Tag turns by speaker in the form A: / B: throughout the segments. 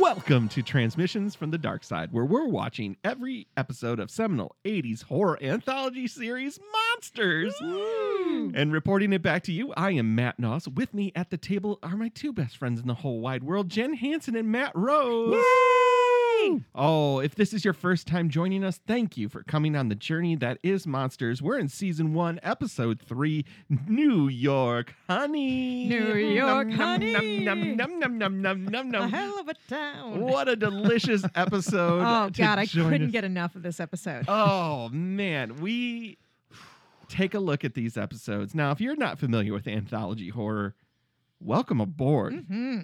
A: Welcome to Transmissions from the Dark Side, where we're watching every episode of seminal 80s horror anthology series Monsters and reporting it back to you. I am Matt Noss. With me at the table are my two best friends in the whole wide world, Jen Hansen and Matt Rose. Oh, if this is your first time joining us, thank you for coming on the journey that is Monsters. We're in season one, episode three, New York Honey.
B: New York
A: Nom, nom,
B: honey.
A: Nom, nom, nom, nom, nom, nom,
B: A
A: nom.
B: hell of a town.
A: What a delicious episode.
B: Oh
A: to
B: God, I
A: join
B: couldn't
A: us.
B: get enough of this episode.
A: Oh man, we take a look at these episodes. Now, if you're not familiar with anthology horror, welcome aboard.
B: hmm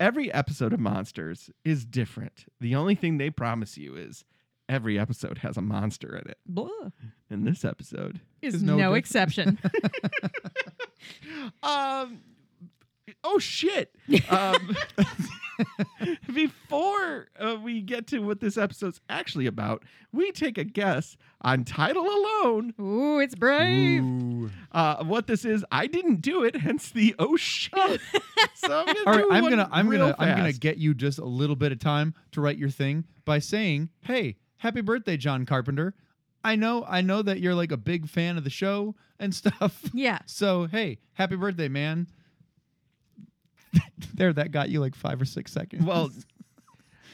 A: Every episode of Monsters is different. The only thing they promise you is every episode has a monster in it. And this episode,
B: Is
C: There's
B: no,
C: no diff-
B: exception.
A: um oh shit. Um Before uh, we get to what this episode's actually about, we take a guess on title alone
B: Ooh, it's brave.
C: Ooh.
A: uh, what this is. I didn't do it, hence the oh shit. so I'm gonna
C: All right,
A: do
C: I'm
A: one
C: gonna I'm
A: real
C: gonna I'm gonna
A: fast.
C: get you just a little bit of time to write your thing by saying, "Hey, happy birthday, John Carpenter! I know I know that you're like a big fan of the show and stuff.
B: Yeah.
C: So hey, happy birthday, man." there, that got you like five or six seconds.
A: Well,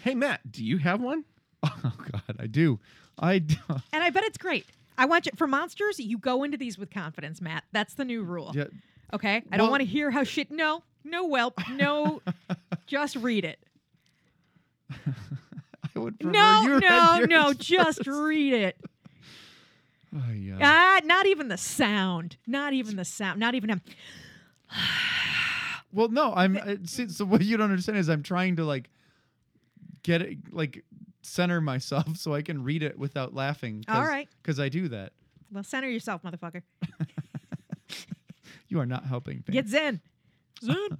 A: hey Matt, do you have one?
C: oh god, I do, I do.
B: And I bet it's great. I want you for monsters, you go into these with confidence, Matt. That's the new rule.
C: Yeah,
B: Okay? I don't
C: Well-
B: want to hear how shit no, no whelp, no just read it.
C: I would prefer you
B: No,
C: read
B: no,
C: yours
B: no,
C: first.
B: just read it.
C: Oh, yeah.
B: Ah, not even the sound. Not even the sound. Not even him.
C: Well, no, I'm. uh, See, so what you don't understand is I'm trying to like get it, like center myself so I can read it without laughing.
B: All right.
C: because I do that.
B: Well, center yourself, motherfucker.
C: You are not helping things.
B: Get Zen. Zen.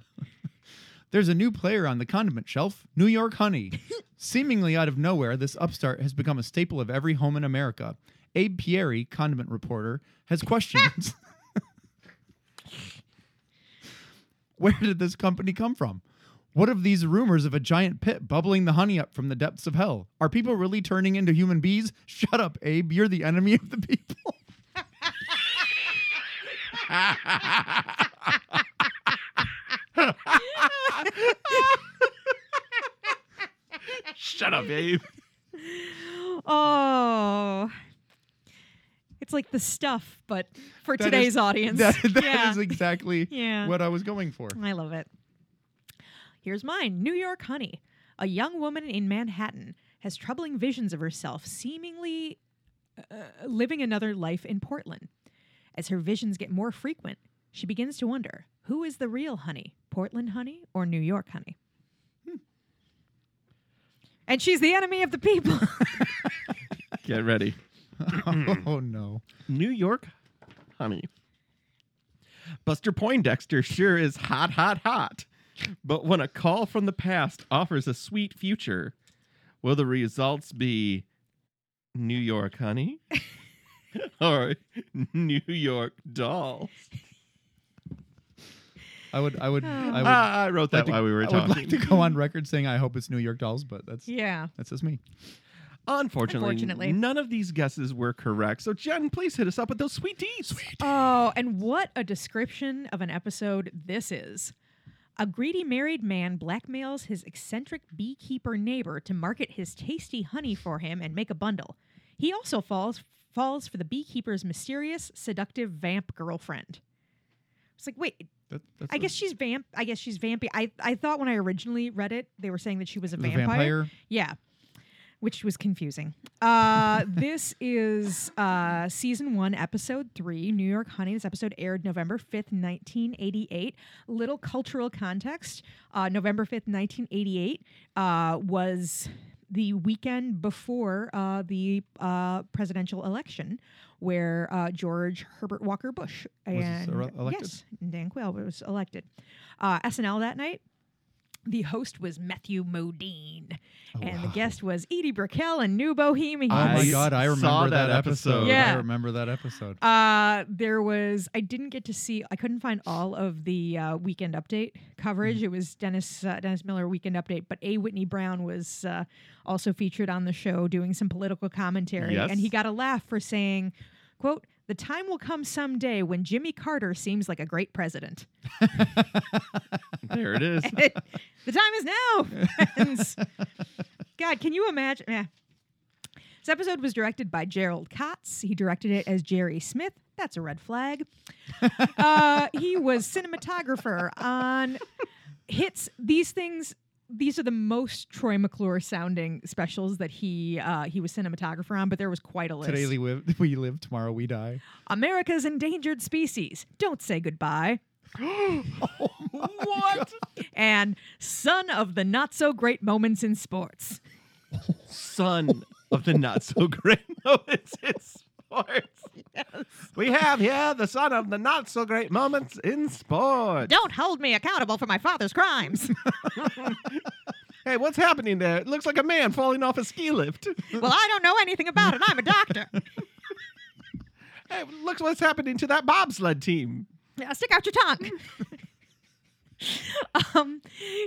C: There's a new player on the condiment shelf, New York Honey. Seemingly out of nowhere, this upstart has become a staple of every home in America. Abe Pieri, condiment reporter, has questions. Where did this company come from? What of these rumors of a giant pit bubbling the honey up from the depths of hell? Are people really turning into human bees? Shut up, Abe. You're the enemy of the people.
A: Shut up, Abe.
B: Oh. It's like the stuff, but for
C: That is-
B: today's audience.
C: That- that
B: yeah.
C: is exactly
B: Yeah.
C: what I was going for.
B: I love it. Here's mine New York Honey. A young woman in Manhattan has troubling visions of herself, seemingly uh, living another life in Portland. As her visions get more frequent, she begins to wonder who is the real honey, Portland honey or New York honey? Hmm. And she's the enemy of the people.
A: Get ready.
B: Hmm.
C: oh, no.
A: New York, honey. Buster Poindexter sure is hot, hot, hot. But when a call from the past offers a sweet future, will the results be New York, honey? or New York doll?
C: I would, I would, I would.
B: Oh,
A: Ah, I wrote that
C: like to-
A: while we were
C: I
A: talking.
C: would like to go on record saying I hope it's New York Dolls, but that's
B: yeah.
C: that's just me.
A: Unfortunately,
B: Unfortunately.
A: none of these guesses were correct. So, Jen, please hit us up with those sweet deeds. Sweet.
B: Oh, and what a description of an episode this is. A greedy married man blackmails his eccentric beekeeper neighbor to market his tasty honey for him and make a bundle. He also falls falls for the beekeeper's mysterious, seductive vamp girlfriend. It's like, wait,
C: That, that's
B: I guess she's vamp. I guess she's vampy. I, I thought when I originally read it, they were saying that she was a
C: the
B: vampire. Yeah. Which was confusing. Uh, this is uh, season one, episode three, New York Honey. This episode aired November 5th, 1988. Little cultural context uh, November 5th, 1988 uh, was the weekend before uh, the uh, presidential election where uh, George Herbert Walker Bush
C: Was
B: and
C: ele- elected?
B: yes, Dan Quayle was elected. Uh, SNL that night The host was Matthew Modine, and the guest was Edie Brickell and New Bohemian.
C: Oh my
A: I
C: god, I
A: saw
C: remember
A: that
C: that, episode.
A: episode.
B: Yeah.
C: I remember that episode.
B: Uh, there was I didn't get to see I couldn't find all of the uh, weekend update
C: Mm-hmm.
B: coverage. It was Dennis uh, Dennis Miller weekend update, but A Whitney Brown was uh, also featured on the show doing some political commentary,
A: Yes.
B: and he got a laugh for saying, "quote The time will come someday when Jimmy Carter seems like a great president."
A: There it is.
B: the time is now. friends. God, can you imagine? eh. This episode was directed by Gerald Kotz. He directed it as Jerry Smith. That's a red flag. uh, he was cinematographer on hits. These things. These are the most Troy McClure sounding specials that he uh, he was cinematographer on, but there was quite a list.
C: Today we live, we live, tomorrow we die.
B: America's endangered species. Don't say goodbye.
A: what?
B: And son of the not so great moments in sports.
A: Son of the not so great moments in sports. We have here the son of the not so great moments in sports.
B: Don't hold me accountable for my father's crimes.
A: Hey, what's happening there? It looks like a man falling off a ski lift.
B: well, I don't know anything about it. I'm a doctor.
A: Hey, look what's happening to that bobsled team.
B: Uh, stick out your tongue. um,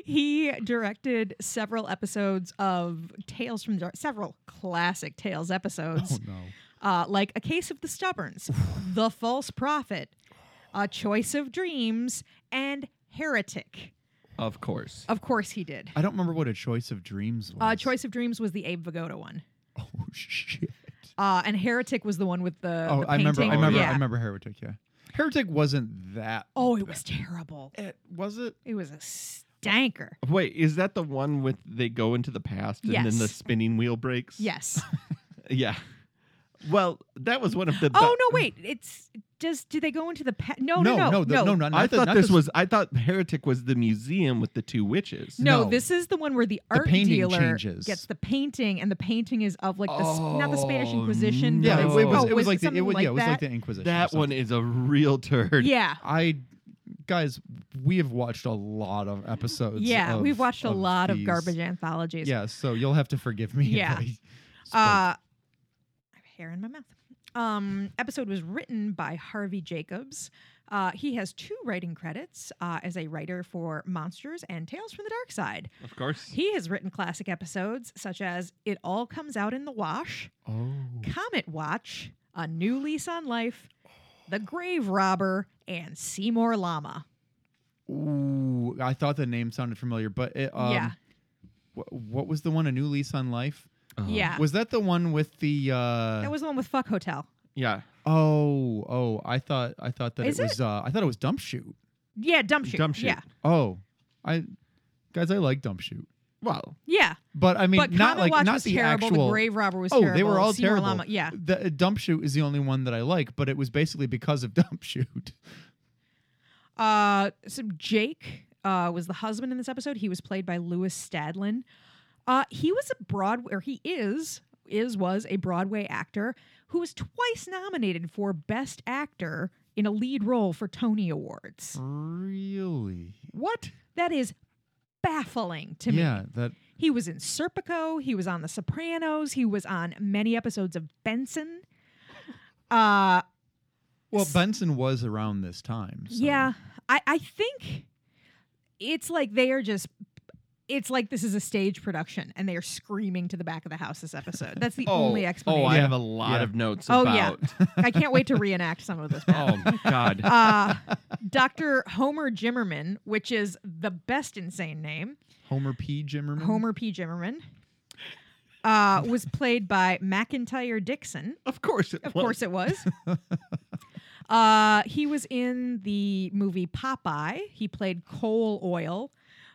B: he directed several episodes of Tales from the Dark, several classic Tales episodes,
C: Oh no.
B: uh, like A Case of the Stubborns, The False Prophet, A Choice of Dreams, and Heretic.
A: Of course.
B: Of course, he did.
C: I don't remember what a choice of dreams was.
B: Uh, Choice of Dreams was the Abe Vigoda one.
C: Oh shit.
B: Uh, and Heretic was the one with the.
C: Oh,
B: Uh, the
C: I remember. I
B: painting.
C: remember.
B: Yeah.
C: I remember Heretic. Yeah, Heretic wasn't that.
B: Oh, it was terrible.
C: It, was it?
B: It was a stanker.
A: Wait, is that the one with they go into the past and then the
B: Yes.
A: spinning wheel breaks?
B: Yes.
A: Yeah. Well, that was one of the. be-
B: oh no, wait. It's does do they go into the pet? No, no,
C: no,
B: no,
C: the- no, not,
A: I
C: not the-
A: thought
C: not
A: this
C: the-
A: was. I thought Heretic was the museum with the two witches.
B: No,
C: no.
B: this is the one where the
C: The
B: art
C: painting
B: dealer
C: changes.
B: gets the painting, and the painting is of like the sp- not the Spanish
A: Oh,
B: Inquisition.
A: no.
B: but
C: Yeah, it,
B: it's-
C: it was.
B: oh,
C: it was like the. It
B: something
C: was, yeah, it was like the
B: that?
C: Inquisition. or
A: That one
C: something.
A: is a real turd.
B: Yeah,
C: I, guys, we have watched a lot of episodes.
B: yeah.
C: of-
B: We've watched a lot of
C: these.
B: garbage anthologies.
C: Yeah, so you'll have to forgive me. if
B: Yeah.
C: I spoke.
B: Uh, I have hair in my mouth. Um, episode was written by Harvey Jacobs. Uh, he has two writing credits uh, as a writer for Monsters and Tales from the Dark Side.
A: Of course.
B: He has written classic episodes such as It All Comes Out in the Wash,
C: oh.
B: Comet Watch, A New Lease on Life, The Grave Robber, and Seymour Llama.
C: Ooh, I thought the name sounded familiar, but it, um,
B: Yeah.
C: wh- what was the one? A new lease on life.
B: yeah.
C: Was that the one Uh-huh. with the? Uh,
B: that was the one with Fuck Hotel.
A: Yeah.
C: oh, oh, I thought I thought that
B: Is
C: it
B: it?
C: was. Uh, I thought it was dump shoot.
B: Yeah, Dump Shoot.
A: Dump Shoot.
B: Yeah.
C: Oh, I guys, I like dump shoot,
A: Well,
B: Yeah.
C: but I mean,
B: but
C: not
B: Comet
C: like
B: Watch
C: not
B: was
C: the
B: terrible.
C: actual.
B: The Grave Robber was
C: oh,
B: terrible.
C: they were all
B: Seymour
C: terrible.
B: Llama. Yeah.
C: the uh, dump shoot is the only one that I like, but it was basically because of dump shoot.
B: Uh, so Jake uh, was the husband in this episode. He was played by Lewis Stadlin. Uh, he was a Broadway, or he is, is was a Broadway actor who was twice nominated for Best Actor in a lead role for Tony Awards.
C: Really?
B: What? That is baffling to me.
C: yeah, that
B: He was in Serpico. He was on The Sopranos. He was on many episodes of Benson. Uh,
C: Well,
B: S-
C: Benson was around this time. so-
B: Yeah. I, I think it's like they are just it's like this is a stage production and they are screaming to the back of the house this episode. That's the only explanation.
A: Oh, I
C: Yeah.
B: I,
A: have a lot
C: Yeah.
A: of notes
B: Oh, yeah.
A: about.
B: can't wait to reenact some of this. Matt.
A: oh my God.
B: Uh, Dr. Homer Jimmerman, which is the best insane name,
C: Homer P. Jimmerman.
A: Mm-hmm.
B: Homer P. Jimmerman, uh, was played by McIntyre Dixon.
A: of course. It
B: Of
A: was.
B: course it was. uh, he was in the movie Popeye. He played Cole Oil,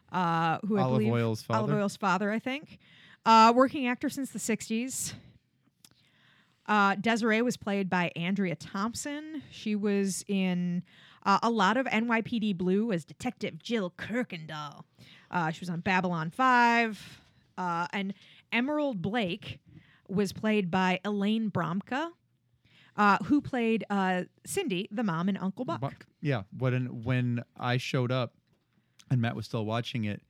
B: uh, who I
C: Olive
B: believe
C: Oil's father.
B: Olive Oil's father, I think. Uh, working actor since the '60s. Uh, Desiree was played by Andrea Thompson. She was in uh, a lot of NYPD Blue as Detective Jill Kirkendall. Uh, she was on Babylon 5. Uh, and Emerald Blake was played by Elaine Bromka, uh, who played uh, Cindy, the mom, and Uncle Buck.
C: Buck. Yeah. When when I showed up, and Matt was still watching it,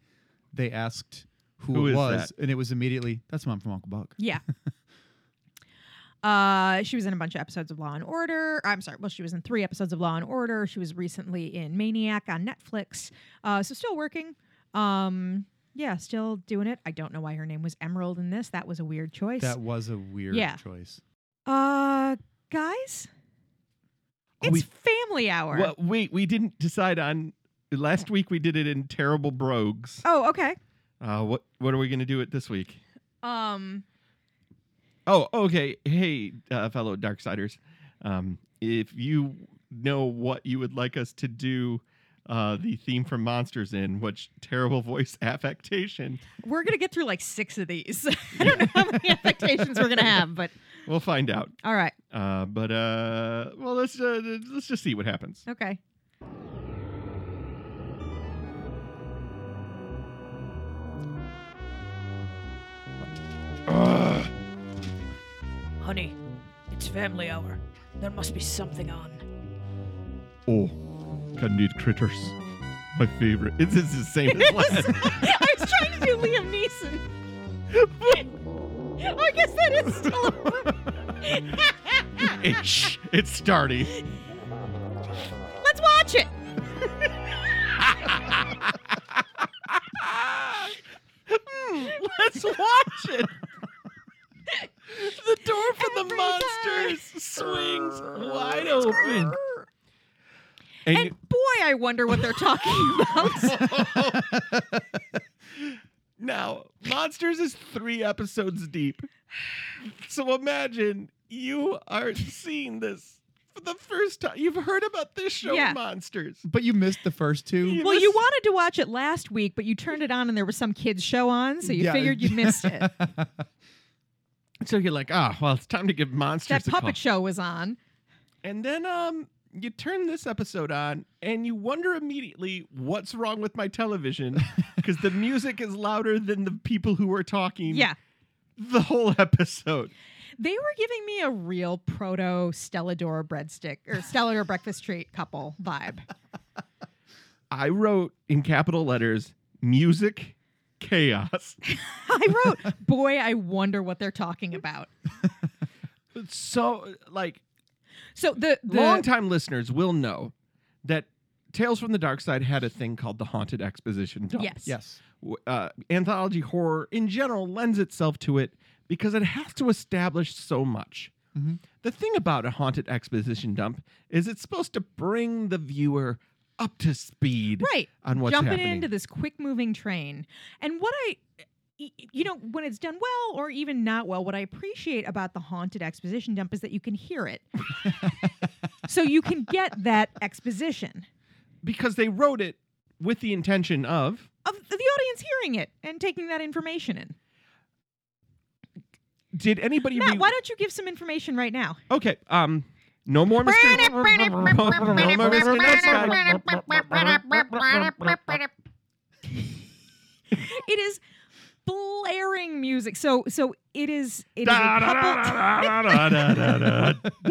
C: they asked who,
A: Who
C: it
A: is
C: was, and it was immediately, that's mom from Uncle Buck.
B: Yeah. Uh, she was in a bunch of episodes of Law and Order. I'm sorry. Well, she was in three episodes of Law and Order. She was recently in Maniac on Netflix. Uh, so still working. Um, yeah, still doing it. I don't know why her name was Emerald in this. That was a weird choice.
C: That was a weird
B: Yeah.
C: choice.
B: uh, guys,
A: Oh,
B: it's
A: we-
B: Family Hour.
A: Well, wait, we didn't decide on. Last week we did it in terrible brogues.
B: Oh, okay.
A: Uh, what what are we gonna do it this week?
B: Um,
A: Oh, okay. Hey, uh, fellow Darksiders. Um, if you know what you would like us to do uh, the theme from Monsters in, which terrible voice affectation,
B: we're gonna get through like six of these. I don't know how many affectations we're gonna have, but
A: we'll find out.
B: all right.
A: Uh, but uh, well, let's uh, let's just see what happens.
B: Okay.
D: Honey, it's family hour. There must be something on.
A: Oh, candied critters, my favorite. It's, it's the same as last.
B: I was trying to do Liam Neeson. oh, I guess that is still a
A: Hey, shh, it's starting.
B: Let's watch it.
A: Hmm, let's watch it. the door for the monsters swings wide open. And,
B: And boy, I wonder what they're talking about.
A: you- now, Monsters is three episodes deep. So imagine you are seeing this for the first time. You've heard about this show,
B: Yeah.
A: Monsters.
C: But you missed the first two.
A: Yeah.
B: well, you wanted to watch it last week, but you turned it on and there was some kids show on, so you
C: Yeah.
B: figured you missed it.
A: So you're like, ah, well, it's time to give Monsters
B: that
A: a call.
B: puppet show was on.
A: And then um you turn this episode on and you wonder immediately what's wrong with my television because the music is louder than the people who are talking
B: Yeah.
A: the whole episode.
B: They were giving me a real proto Stellador breadstick or Stellador breakfast treat couple vibe.
A: I wrote in capital letters music chaos.
B: I wrote, boy, I wonder what they're talking about.
A: so like
B: So the, the
A: longtime listeners will know that Tales from the Dark Side had a thing called the Haunted Exposition Dump.
B: Yes.
C: yes.
A: w- uh, anthology horror in general lends itself to it because it has to establish so much.
B: Mm-hmm.
C: Mhm.
A: The thing about a haunted exposition dump is it's supposed to bring the viewer up to speed
B: right
A: on what's
B: jumping
A: happening.
B: into this quick moving train. And what I, y- you know, when it's done well or even not well, what I appreciate about the haunted exposition dump is that you can hear it. so you can get that exposition
A: because they wrote it with the intention of
B: of the audience hearing it and taking that information in.
A: did anybody
B: Matt,
A: re-
B: why don't you give some information right now?
A: Okay, um no more Mr. no more Mr. Nice Guy.
B: It is blaring music. So so it is it is a couple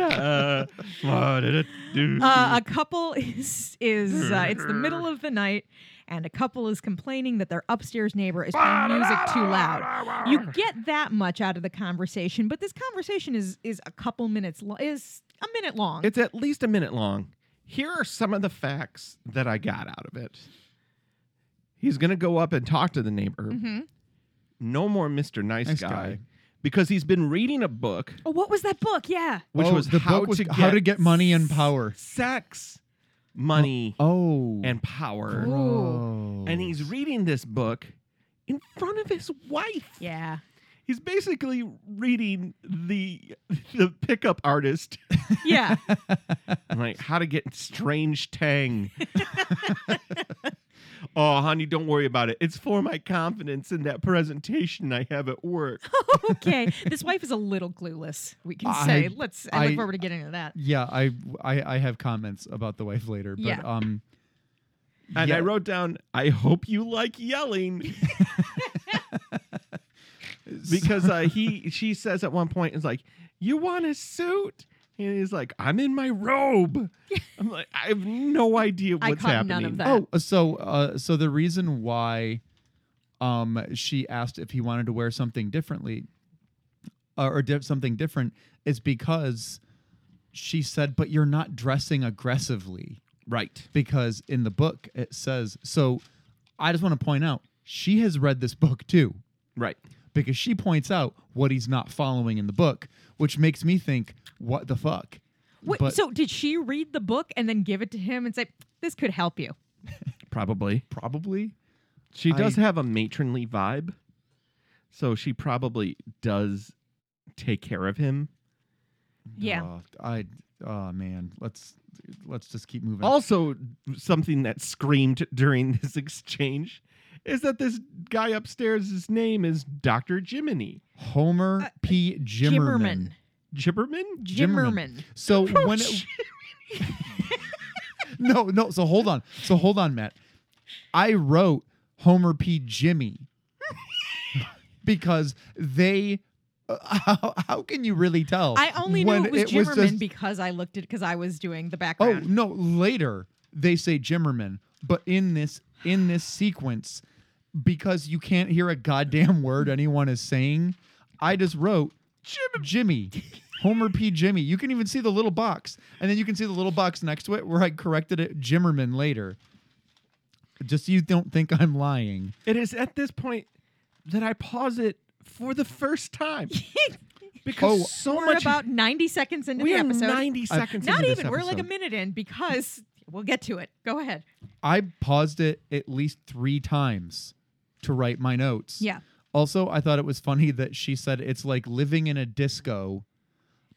B: uh,
A: Uh,
B: a couple is is uh, it's the middle of the night and a couple is complaining that their upstairs neighbor is playing music too loud you get that much out of the conversation but this conversation is is a couple minutes lo- is a minute long
A: It's at least a minute long. Here are some of the facts that I got out of it. He's going to go up and talk to the neighbor.
B: hmm
A: No more Mr. Nice,
C: Nice
A: guy,
C: guy.
A: because he's been reading a book
B: oh what was that book yeah
A: which
C: Oh,
A: was
C: the
A: how
C: book was
A: to get
C: how to get money and power.
A: sex, money,
C: Oh.
A: and power.
B: Ooh.
A: And he's
C: Gross.
A: reading this book in front of his wife.
B: yeah
A: He's basically reading the the pickup artist
B: yeah
A: I'm like how to get strange tang. oh, honey, don't worry about it. It's for my confidence in that presentation I have at work.
B: okay this wife is a little clueless we can
C: I-
B: say let's i,
C: I-
B: look forward to getting into that
C: Yeah, I, I I have comments about the wife later, but
B: Yeah.
C: um
A: And
C: yeah,
A: I wrote down, I hope you like yelling because uh, he she says at one point is like, "You want a suit?" And he's like, "I'm in my robe." I'm like, I have no idea
B: I
A: what's
B: caught
C: uh,
A: happening.
B: none of that.
C: Oh, so uh, so the reason why um, she asked if he wanted to wear something differently uh, or di- something different, is because she said, But you're not dressing aggressively
A: Right.
C: because in the book it says so i just want to point out she has read this book too
A: Right.
C: because she points out what he's not following in the book which makes me think what the fuck
B: Wait,
C: But-
B: so did she read the book and then give it to him and say, "This could help you"?
A: Probably.
C: probably
A: She does
C: I-
A: have a matronly vibe. So she probably does take care of him.
B: Yeah.
C: Uh, i oh man let's let's just keep moving
A: Also, something that screamed during this exchange is that this guy upstairs, his name is Dr. Jiminy.
C: homer p
B: Uh, Jimmerman.
C: jimmerman,
A: Jibberman?
B: Jimmerman.
C: so
B: Oh,
C: when it, no no so hold on so hold on matt i wrote homer p jimmy because they how, how can you really tell
B: I only knew
C: Oh, when
B: it was
C: was
B: Jimmerman
C: just-
B: because I looked at because I was doing the
C: oh
B: background.
C: no later they say jimmerman but in this in this sequence because you can't hear a goddamn word anyone is saying i just wrote jimmy homer p jimmy you can even see the little box and then you can see the little box next to it where i corrected it jimmerman later just so you don't think i'm lying
A: It is at this point that I pause it for the first time. because
C: Oh.
A: so
B: we're
A: much
B: about ninety seconds into
A: we
B: the
A: are
B: episode. Uh,
A: 90
C: I-
A: seconds
B: Not
A: into
B: even.
A: this
B: We're like a
A: episode.
B: minute in because we'll get to it. Go ahead.
C: I paused it at least three times to write my notes.
B: Yeah.
C: Also, I thought it was funny that she said it's like living in a disco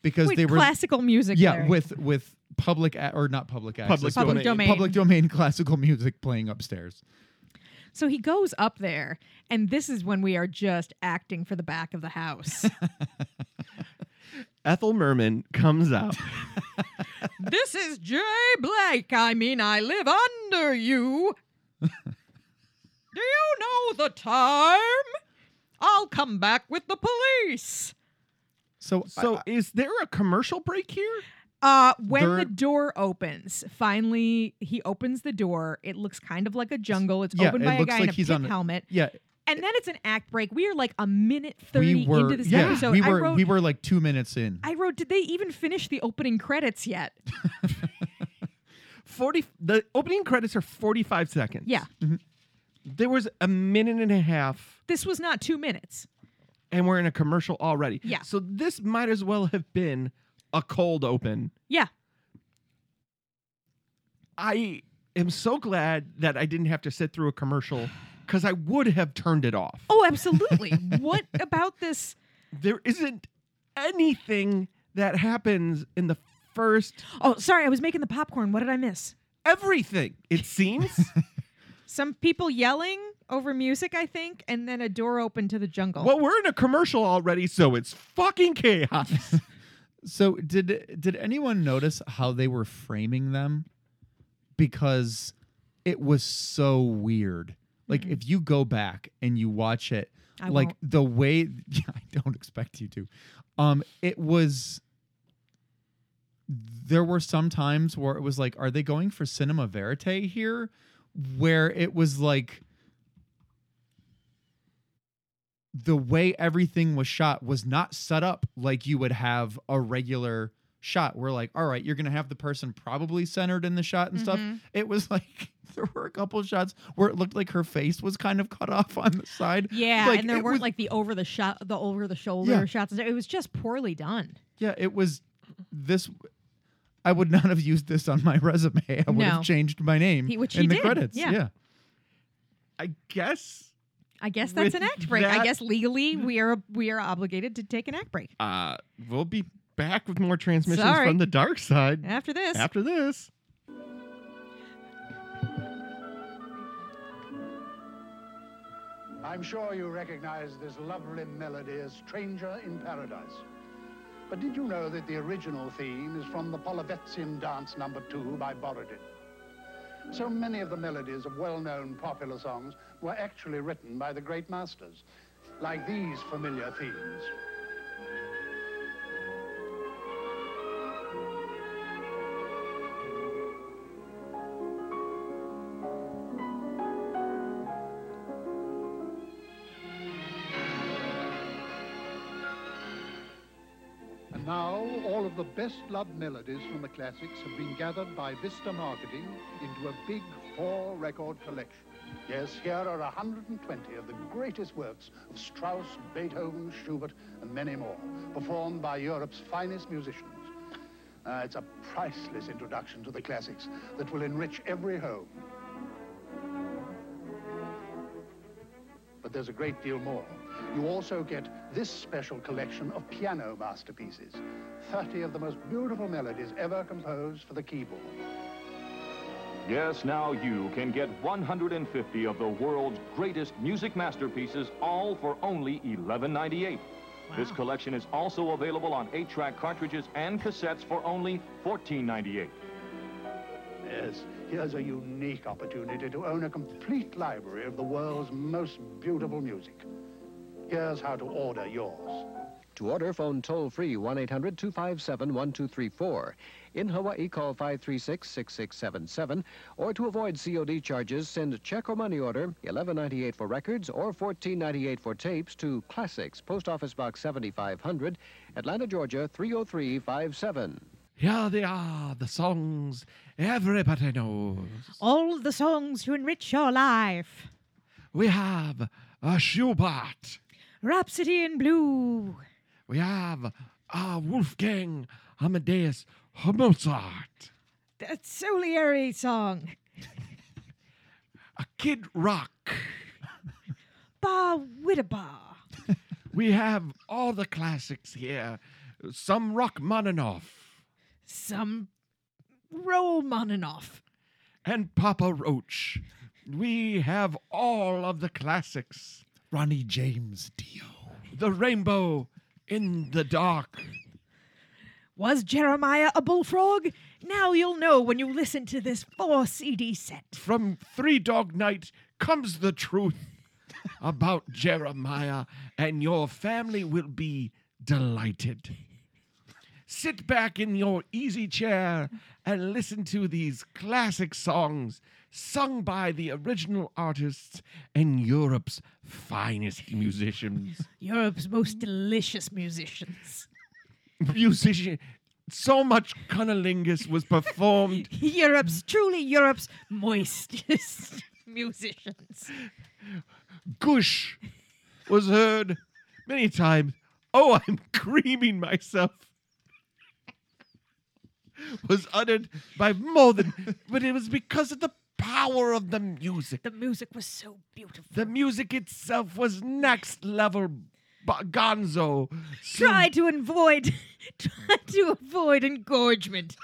C: because
B: Wait,
C: they were
B: classical music.
C: yeah
B: Larry.
C: with with public a- or not public access
A: Public
C: but
B: public
A: domain.
B: domain.
C: public domain classical music playing upstairs.
B: So he goes up there, and this is when we are just acting for the back of the house.
A: Ethel Merman comes out.
B: this is Jay Blake. I mean, I live under you. Do you know the time? I'll come back with the police.
C: So
A: So,
C: I-
A: is there a commercial break here?
B: Uh, when
C: There-
B: the door opens, finally he opens the door. It looks kind of like a jungle. It's
C: Yeah,
B: opened
C: it
B: by a
C: looks
B: guy
C: like
B: in a
C: he's
B: pit
C: on a-
B: helmet,
C: yeah,
B: and then it's an act break. We are like a minute thirty
C: we were
B: into this
C: yeah,
B: episode.
C: we
B: I
C: were
B: wrote,
C: we were like 2 minutes in.
B: I wrote, did they even finish the opening credits yet?
A: 40 the opening credits are 45 seconds.
B: Yeah,
A: There was a minute and a half
B: this was not two minutes.
A: and we're in a commercial already.
B: Yeah.
A: So this might as well have been a cold open.
B: Yeah,
A: I am so glad that I didn't have to sit through a commercial cuz I would have turned it off.
B: Oh, absolutely. what about this?
A: There isn't anything that happens in the first
B: Oh, sorry, I was making the popcorn. What did I miss?
A: everything. It seems
B: Some people yelling over music, I think, and then a door open to the jungle.
A: well we're in a commercial already so it's fucking chaos.
C: So did did anyone notice how they were framing them? Because it was so weird. Like
B: Mm-hmm.
C: if you go back and you watch it,
B: I
C: like
B: won't.
C: the way I don't expect you to. Um it was there were some times where it was like are they going for cinema verite here where it was like the way everything was shot was not set up like you would have a regular shot. We're like, all right, you're gonna have the person probably centered in the shot and
B: Mhm.
C: stuff. It was like there were a couple shots where it looked like her face was kind of cut off on the side.
B: yeah,
C: like,
B: and there
C: it
B: weren't
C: was-
B: like the over the shot, the over the shoulder
C: Yeah.
B: shots. It was just poorly done.
C: Yeah, it was this. I would not have used this on my resume. I would
B: No.
C: have changed my name
B: He- which
C: in
B: he
C: the
B: did,
C: credits.
B: yeah.
A: I guess
B: I guess
A: With
B: that's an act break. I
A: that-
B: guess legally
C: Mm.
B: we are we are obligated to take an act break
A: Uh, we'll be back with more transmissions
B: Sorry.
A: from the dark side
B: after this.
A: after this.
E: I'm sure you recognize this lovely melody as Stranger in Paradise. But did you know that the original theme is from the Polovetsin Dance Number 2 by Borodin? So many of the melodies of well-known popular songs were actually written by the great masters, like these familiar themes. Now, all of the best-loved melodies from the classics have been gathered by Vista Marketing into a big four-record collection. Yes, here are 120 of the greatest works of Strauss, Beethoven, Schubert, and many more, performed by Europe's finest musicians. Uh, it's a priceless introduction to the classics that will enrich every home. but there's a great deal more. You also get this special collection of piano masterpieces, 30 of the most beautiful melodies ever composed for the keyboard.
F: Yes, now you can get 150 of the world's greatest music masterpieces, all for only $11.98. This collection is also available on 8-track cartridges and cassettes for only $14.98.
E: Yes, here's a unique opportunity to own a complete library of the world's most beautiful music. Here's how to order yours.
G: To order, phone toll free 1 800 257 1234. In Hawaii, call 536 6677. Or to avoid COD charges, send check or money order 1198 for records or 1498 for tapes to Classics, Post Office Box 7500, Atlanta, Georgia 30357.
A: Here they are, the songs everybody knows.
B: All the songs to enrich your life.
A: We have a Schubert.
B: Rhapsody in Blue.
A: We have a Wolfgang Amadeus Mozart.
B: That Solieri song.
A: A Kid Rock.
B: Ba Widaba.
A: We have all the classics here. Some Rachmaninoff
B: Some Romaninoff.
A: and Papa Roach. We have all of the classics.
C: Ronnie James Dio.
A: The Rainbow in the Dark.
B: Was Jeremiah a bullfrog? Now you'll know when you listen to this four CD set.
A: From Three Dog Night comes the truth about Jeremiah, and your family will be delighted. Sit back in your easy chair and listen to these classic songs sung by the original artists and Europe's finest musicians.
B: Europe's most delicious musicians.
A: Musician. So much cunnilingus was performed
B: Europe's, truly Europe's moistest musicians.
A: Gush was heard many times. Oh, I'm creaming myself. Was uttered by more than, but it was because of the power of the music.
B: The music was so beautiful.
A: The music itself was next level ba- gonzo. So-
B: try to avoid try to avoid engorgement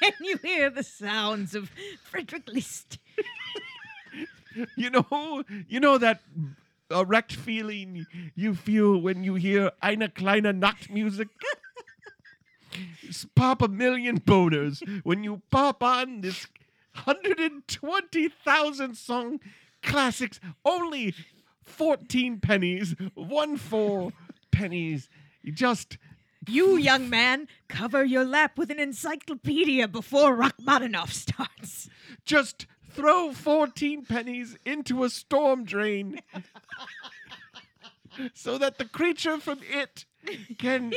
B: when you hear the sounds of Frederick Liszt.
A: You know, you know that erect feeling you feel when you hear Eine kleine Nacht music. S- pop a million boners when you pop on this 120,000 song classics. Only 14 pennies, one four pennies. You Just
B: You young man, cover your lap with an encyclopedia before Rachmaninoff starts.
A: just throw 14 pennies into a storm drain so that the creature from it can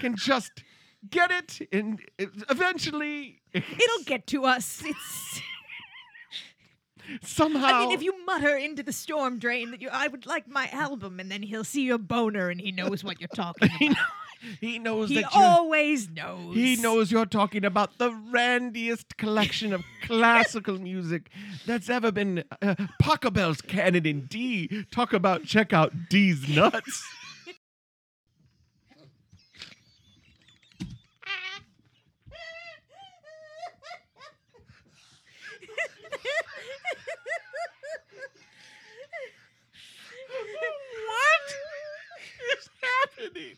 A: can just get it and it- eventually
B: It'll get to us. It's
A: somehow
B: I mean if you mutter into the storm drain that you I would like my album and then he'll see your boner and he knows what you're talking
A: he,
B: about.
A: kn- he knows
B: he
A: that you
B: always knows.
A: he knows you're talking about the randiest collection of classical music that's ever been. Uh, Pachelbel's Canon in D. Talk about check out D's nuts. what is happening?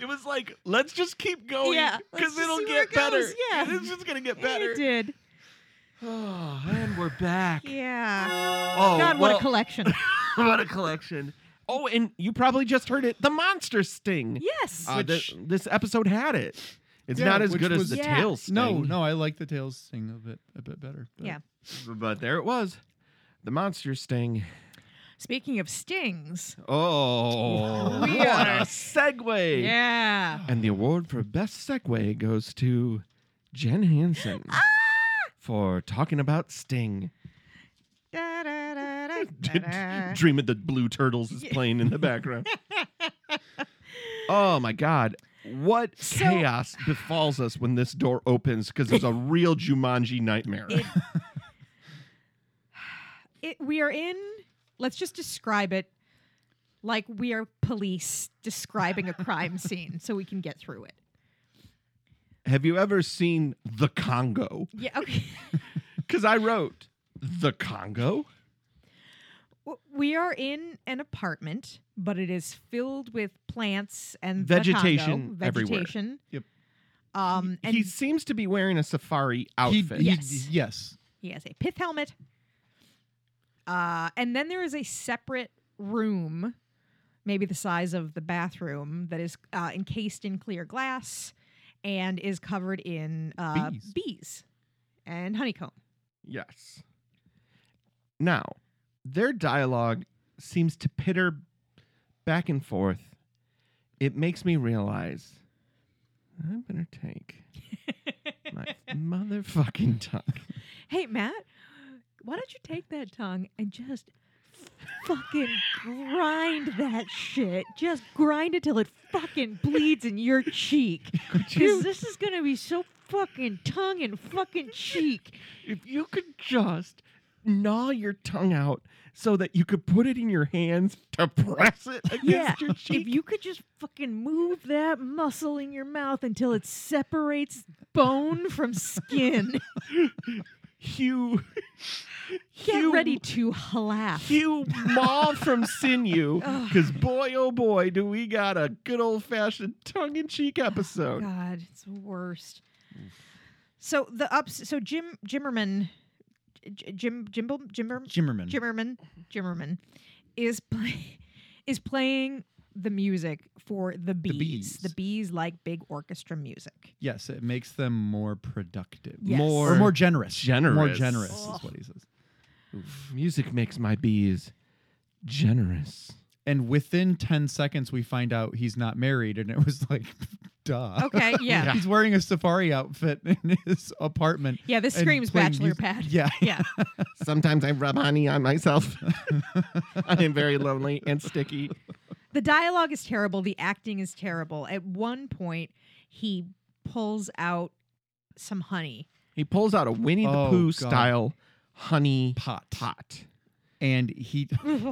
A: It was like, let's just keep going.
B: Yeah, let's
A: Because
B: just
A: it'll
B: see where
A: get
B: it
A: better.
B: goes, yeah.
A: It's just going to get
B: He
A: better.
B: did.
A: Oh, and we're back.
B: Yeah.
A: Oh,
B: God, what
A: well,
B: a collection.
A: what a collection. Oh, and you probably just heard it The Monster Sting.
B: Yes.
A: Uh,
C: Which-
A: th- this episode had it. It's
C: Yeah,
A: not as
C: which
A: good as
C: was-
A: the
B: Yeah.
A: tail sting.
C: No, no, I like the tails sing a bit a bit better. but-
B: Yeah.
A: But there it was. The monster sting.
B: Speaking of stings,
A: Oh,
B: We
A: what
B: are-
A: a segue!
B: yeah.
A: And the award for best segue goes to Jen Hansen
B: Ah!
A: for talking about Sting.
B: Da, da, da, da, da, da.
A: Dream of the Blue Turtles is playing in the background. oh my God. What
B: So-
A: chaos befalls us when this door opens because there's a real Jumanji nightmare.
B: It- it, we are in, let's just describe it like we are police describing a crime scene so we can get through it.
A: Have you ever seen The Congo?
B: Yeah, okay.
A: Because I wrote The Congo.
B: W- We are in an apartment, but it is filled with plants and
A: Vegetation
B: the Congo,
A: everywhere.
B: vegetation.
C: Yep.
B: Um, and
A: he seems to be wearing a safari outfit.
C: He,
B: Yes.
C: yes. Yes.
B: He has a pith helmet. Uh, and then there is a separate room, maybe the size of the bathroom, that is uh, encased in clear glass and is covered in uh,
C: Bees.
B: bees and honeycomb.
A: Yes. Now, their dialogue seems to pitter back and forth. It makes me realize I better take my motherfucking tongue.
B: Hey, Matt, why don't you take that tongue and just fucking grind that shit? Just grind it till it fucking bleeds in your cheek. Because this is going to be so fucking tongue and fucking cheek.
A: If you could just gnaw your tongue out so that you could put it in your hands to press it against
B: Yeah,
A: your cheek.
B: if you could just fucking move that muscle in your mouth until it separates bone from skin,
A: Hugh.
B: get
A: Hugh-
B: ready to laugh.
A: Hugh Maw from Sinew. Because boy, oh boy, do we got a good old fashioned tongue in cheek episode.
B: God, it's the worst. So the ups. So Jim Jimmerman, J- Jim Jimble Jimmer
C: Jimmerman.
B: Jimmerman Jimmerman is play, is playing the music for the bees.
C: bees.
B: The bees like big orchestra music.
C: yes. It makes them more productive.
B: Yes.
A: More
C: Or more generous. More
A: generous.
C: generous is what he says.
A: music makes my bees generous.
C: And within 10 seconds, we find out he's not married. And it was like, duh.
B: Okay, yeah.
C: He's wearing a safari outfit in his apartment.
B: Yeah, this
C: and
B: screams
C: playing
B: bachelor
C: music.
B: pad.
C: Yeah.
B: Yeah.
A: Sometimes I rub honey on myself. I am very lonely and sticky.
B: The dialogue is terrible. The acting is terrible. At one point, he pulls out some honey.
A: He pulls out a Winnie the
C: Oh,
A: Pooh
C: God.
A: style honey
C: Pot.
A: pot.
C: And he.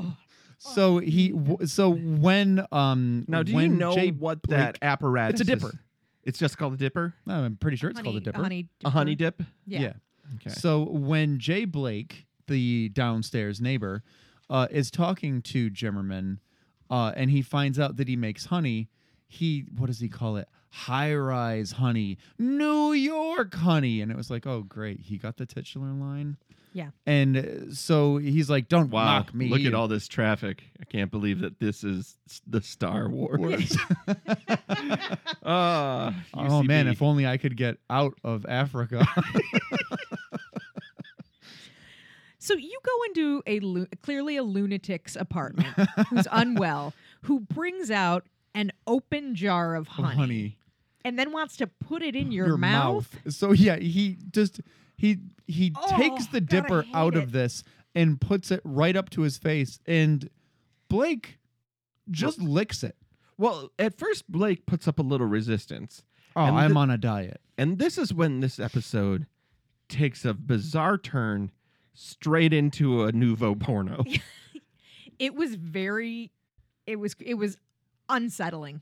C: So he, w- so when um
A: Now, do
C: when
A: you know
C: Jay
A: what
C: Blake-
A: that apparatus?
C: It's a
A: is?
C: dipper.
A: It's just called a dipper.
C: No, I'm pretty sure it's
B: honey,
C: called a dipper.
B: honey
A: A honey
B: dipper.
A: dip.
B: Yeah.
A: Okay.
C: So when Jay Blake, the downstairs neighbor, uh, is talking to Jimmerman, uh, and he finds out that he makes honey, he what does he call it? High rise honey, New York honey, and it was like, oh great, he got the titular line.
B: Yeah.
C: And uh, so he's like, don't
A: Wow!
C: mock me.
A: Look at all this traffic. I can't believe that this is s- the Star Wars. Ah,
C: Oh man,
A: UCB.
C: if only I could get out of Africa.
B: So you go into a lu- clearly a lunatic's apartment who's unwell, who brings out an open jar of honey,
C: honey.
B: and then wants to put it in your, mouth.
C: So yeah, he just he he
B: Oh,
C: takes the
B: God, I
C: dipper
B: hate
C: out
B: it.
C: of this and puts it right up to his face, and Blake just licks it.
A: Well, at first Blake puts up a little resistance,
C: Oh,
A: And
C: I'm
A: the-
C: on a diet.
A: and this is when this episode takes a bizarre turn straight into a nouveau porno.
B: It was very, it was it was unsettling.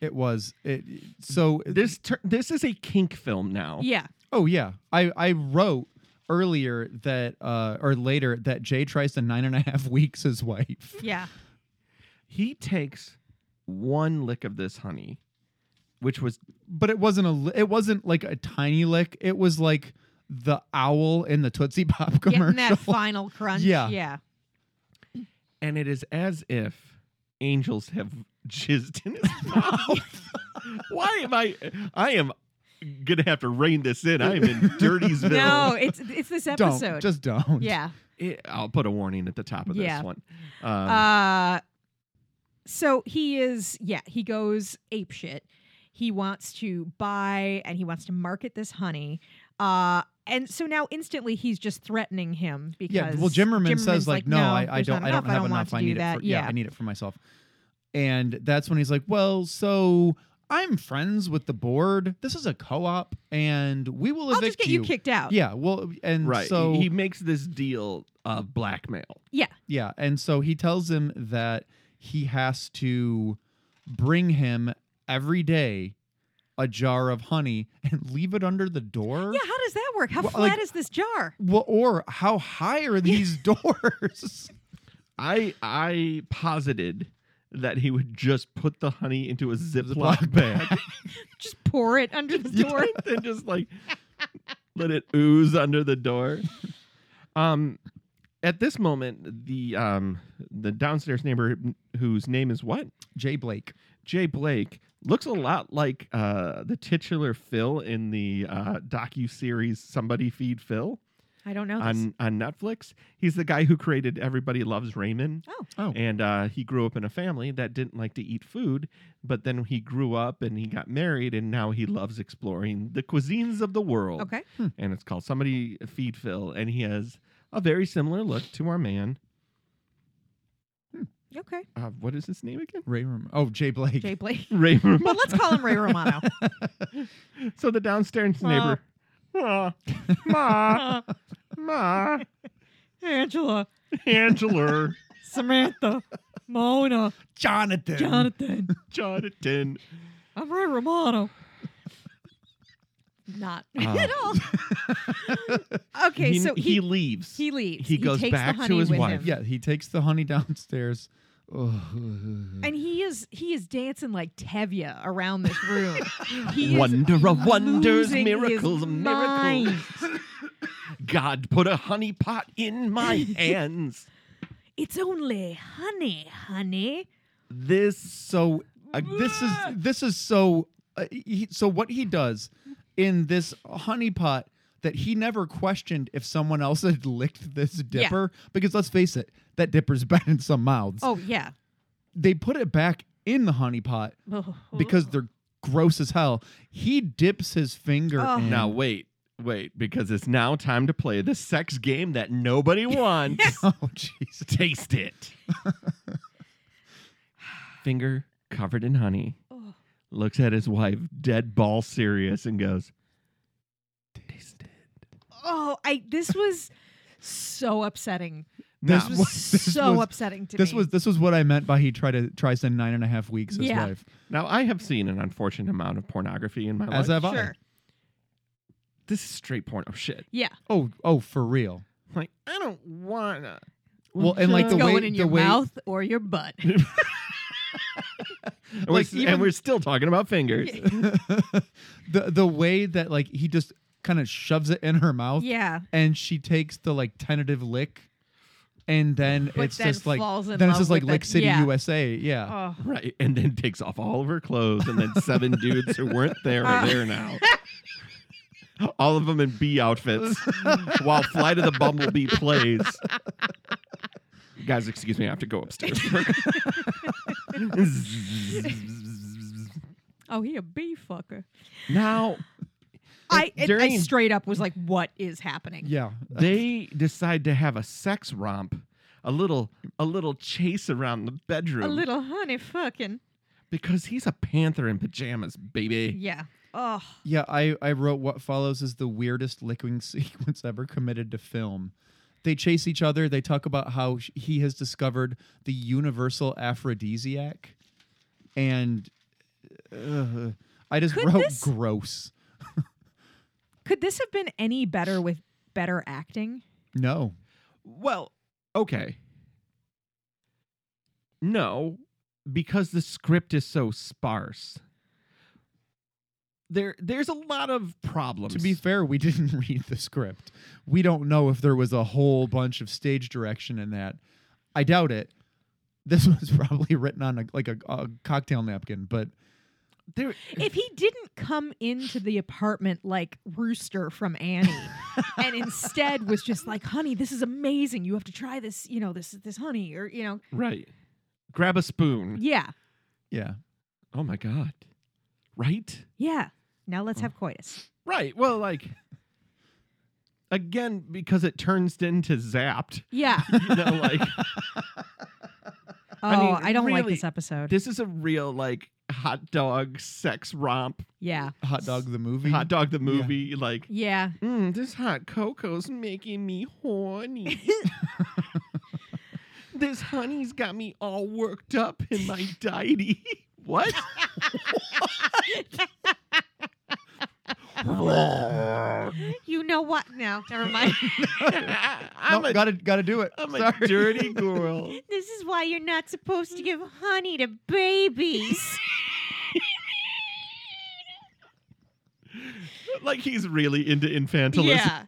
C: It was it. So
A: this tur this is a kink film now.
B: Yeah,
C: Oh yeah, I I wrote earlier that uh or later that Jay tries to nine and a half weeks his wife.
B: yeah.
A: He takes one lick of this honey, which was
C: but it wasn't a li- it wasn't like a tiny lick. It was like the owl in the Tootsie Pop commercial.
B: Getting that final crunch.
C: Yeah.
B: yeah.
A: and it is as if angels have jizzed in his mouth. Why am I? I am gonna have to rein this in. I am in Dirtiesville.
B: No, it's it's this
C: Don't.
B: episode.
C: Just don't.
B: yeah.
A: It- I'll put a warning at the top of
B: Yeah.
A: this one. Um,
B: Uh, so he is, yeah, he goes apeshit. He wants to buy and he wants to market this honey. Uh, and so now instantly he's just threatening him because
C: Yeah, well, Jimmerman says
B: Jimmerman's
C: like, no, I, I
B: there's
C: don't,
B: not
C: I don't
B: I
C: have
B: don't want
C: enough.
B: to
C: I
B: do
C: need it.
B: that.
C: For, yeah. I need it for myself. And that's when he's like, well, so I'm friends with the board. This is a co-op, and we will
B: I'll
C: evict
B: just get you,
C: you.
B: kicked out.
C: Yeah. Well, and
A: right.
C: so
A: he makes this deal of blackmail.
C: Yeah, and so he tells him that he has to bring him every day a jar of honey and leave it under the door.
B: Yeah, how does that work? How
C: Well,
B: flat
C: like-
B: is this jar?
C: Well, or how high are these doors?
A: I I posited that he would just put the honey into a Ziploc
C: Ziploc
A: bag
B: Just pour it under the door.
A: and then just like let it ooze under the door. Um, at this moment, the um the downstairs neighbor whose name is what
C: Jay Blake.
A: Jay Blake looks a lot like uh the titular Phil in the uh docu series Somebody Feed Phil
B: I don't know. This.
A: on on Netflix. He's the guy who created Everybody Loves Raymond.
B: Oh,
C: Oh.
A: And uh, he grew up in a family that didn't like to eat food, but then he grew up and he got married, and now he loves exploring the cuisines of the world.
B: okay.
A: And it's called Somebody Feed Phil, and he has a very similar look to our man.
B: Okay.
A: Uh, what is his name again?
C: Ray Rom- Oh, Jay Blake.
B: Jay Blake.
A: Ray
B: Well,
A: Romano.
B: let's call him Ray Romano.
A: So the downstairs neighbor. Ma, ma, ma,
B: Angela,
A: Angela,
B: Samantha, Mona,
C: Jonathan.
B: Jonathan.
A: Jonathan.
B: I'm Ray Romano. Not at all. okay,
A: Uh, he,
B: so
A: he,
B: he he,
A: leaves.
B: leaves.
A: he goes
B: takes
A: back to
B: the honey
A: his
B: with
A: wife.
B: him.
C: Yeah, he takes the honey downstairs. Ugh.
B: And he is he is dancing like Tevye around this room. He is
A: Wonder of wonders,
B: losing
A: miracles, miracles.
B: his mind.
A: God put a honey pot in my hands.
B: It's only honey, honey.
A: This
C: so uh, this is
B: Ah!
C: this is so uh, he, so what he does in this honey pot that he never questioned if someone else had licked this dipper because let's face it that dipper's been in some mouths
B: Oh yeah.
C: they put it back in the honey pot
B: Oh,
C: because they're gross as hell he dips his finger
B: Oh.
C: in.
A: now wait, wait, because it's now time to play the sex game that nobody wants.
C: oh jeez
A: Taste it. Finger covered in honey.
B: Oh.
A: Looks at his wife, dead ball serious, and goes, "Taste it."
B: Oh, I this was so upsetting.
A: Now,
B: This was
C: this
B: so
C: was-
B: upsetting to
C: this
B: me.
C: was this was what i meant by he tried to try send nine and a half weeks his
B: Yeah.
C: wife
A: now I have seen an unfortunate amount of pornography in my
C: as
A: life.
C: have i
B: sure.
A: this is straight porn. Oh shit!
B: Yeah.
C: oh oh for real
A: Like I don't wanna.
C: well and like
B: It's
C: the way
B: going in
C: the
B: your
C: way
B: mouth or your butt.
A: And,
C: Like,
A: we're,
C: even-
A: and we're still talking about fingers.
C: the the way that like he just kind of shoves it in her mouth
B: yeah.
C: and she takes the like tentative lick and then
B: But
C: it's
B: then
C: just like
B: falls in
C: then
B: love
C: it's just like
B: with
C: Lick
B: it.
C: City
B: Yeah.
C: USA yeah
B: Oh.
A: Right. And then takes off all of her clothes, and then seven dudes who weren't there are
B: Uh.
A: there now. All of them in bee outfits while Flight of the Bumblebee plays. Guys, excuse me, I have to go upstairs.
B: oh, he a bee fucker.
A: now,
B: I, it, I
A: during-
B: straight up was like, what is happening?
C: yeah
A: they decide to have a sex romp, a little a little chase around the bedroom
B: A little honey fucking.
A: because he's a panther in pajamas, baby.
B: Yeah. Oh.
C: yeah I I wrote what follows is the weirdest licking sequence ever committed to film they chase each other they talk about how sh- he has discovered the universal aphrodisiac and uh, I just
B: Could
C: wrote
B: this-
C: gross
B: Could this have been any better with better acting?
C: no
A: Well, okay. No, because the script is so sparse. There, there's a lot of problems.
C: To be fair, we didn't read the script. We don't know if there was a whole bunch of stage direction in that. I doubt it. This was probably written on a, like a, a cocktail napkin, but
A: There,
B: If he didn't come into the apartment like Rooster from Annie, and instead was just like, "Honey, this is amazing. You have to try this. You know, this this honey, or you know,
A: right. Grab a spoon.
B: yeah,
C: Yeah.
A: Oh my god. Right?
B: yeah. Now let's have coitus."
A: Right. Well, like again because it turns into zapped.
B: Yeah.
A: You know, like
B: Oh, I,
A: mean,
B: don't like
A: really,
B: this episode.
A: this is a real like hot dog sex romp,
B: yeah.
C: Hot dog the movie.
A: hot dog the movie like
B: Yeah.
A: Mm, this hot cocoa's making me horny. this honey's got me all worked up in my deity. what?
B: You know what? No, never mind.
A: I'm,
C: no,
A: a,
C: gotta gotta do it.
A: am
C: Sorry.
A: a dirty girl.
B: this is why you're not supposed to give honey to babies.
A: like he's really into infantilism.
B: yeah.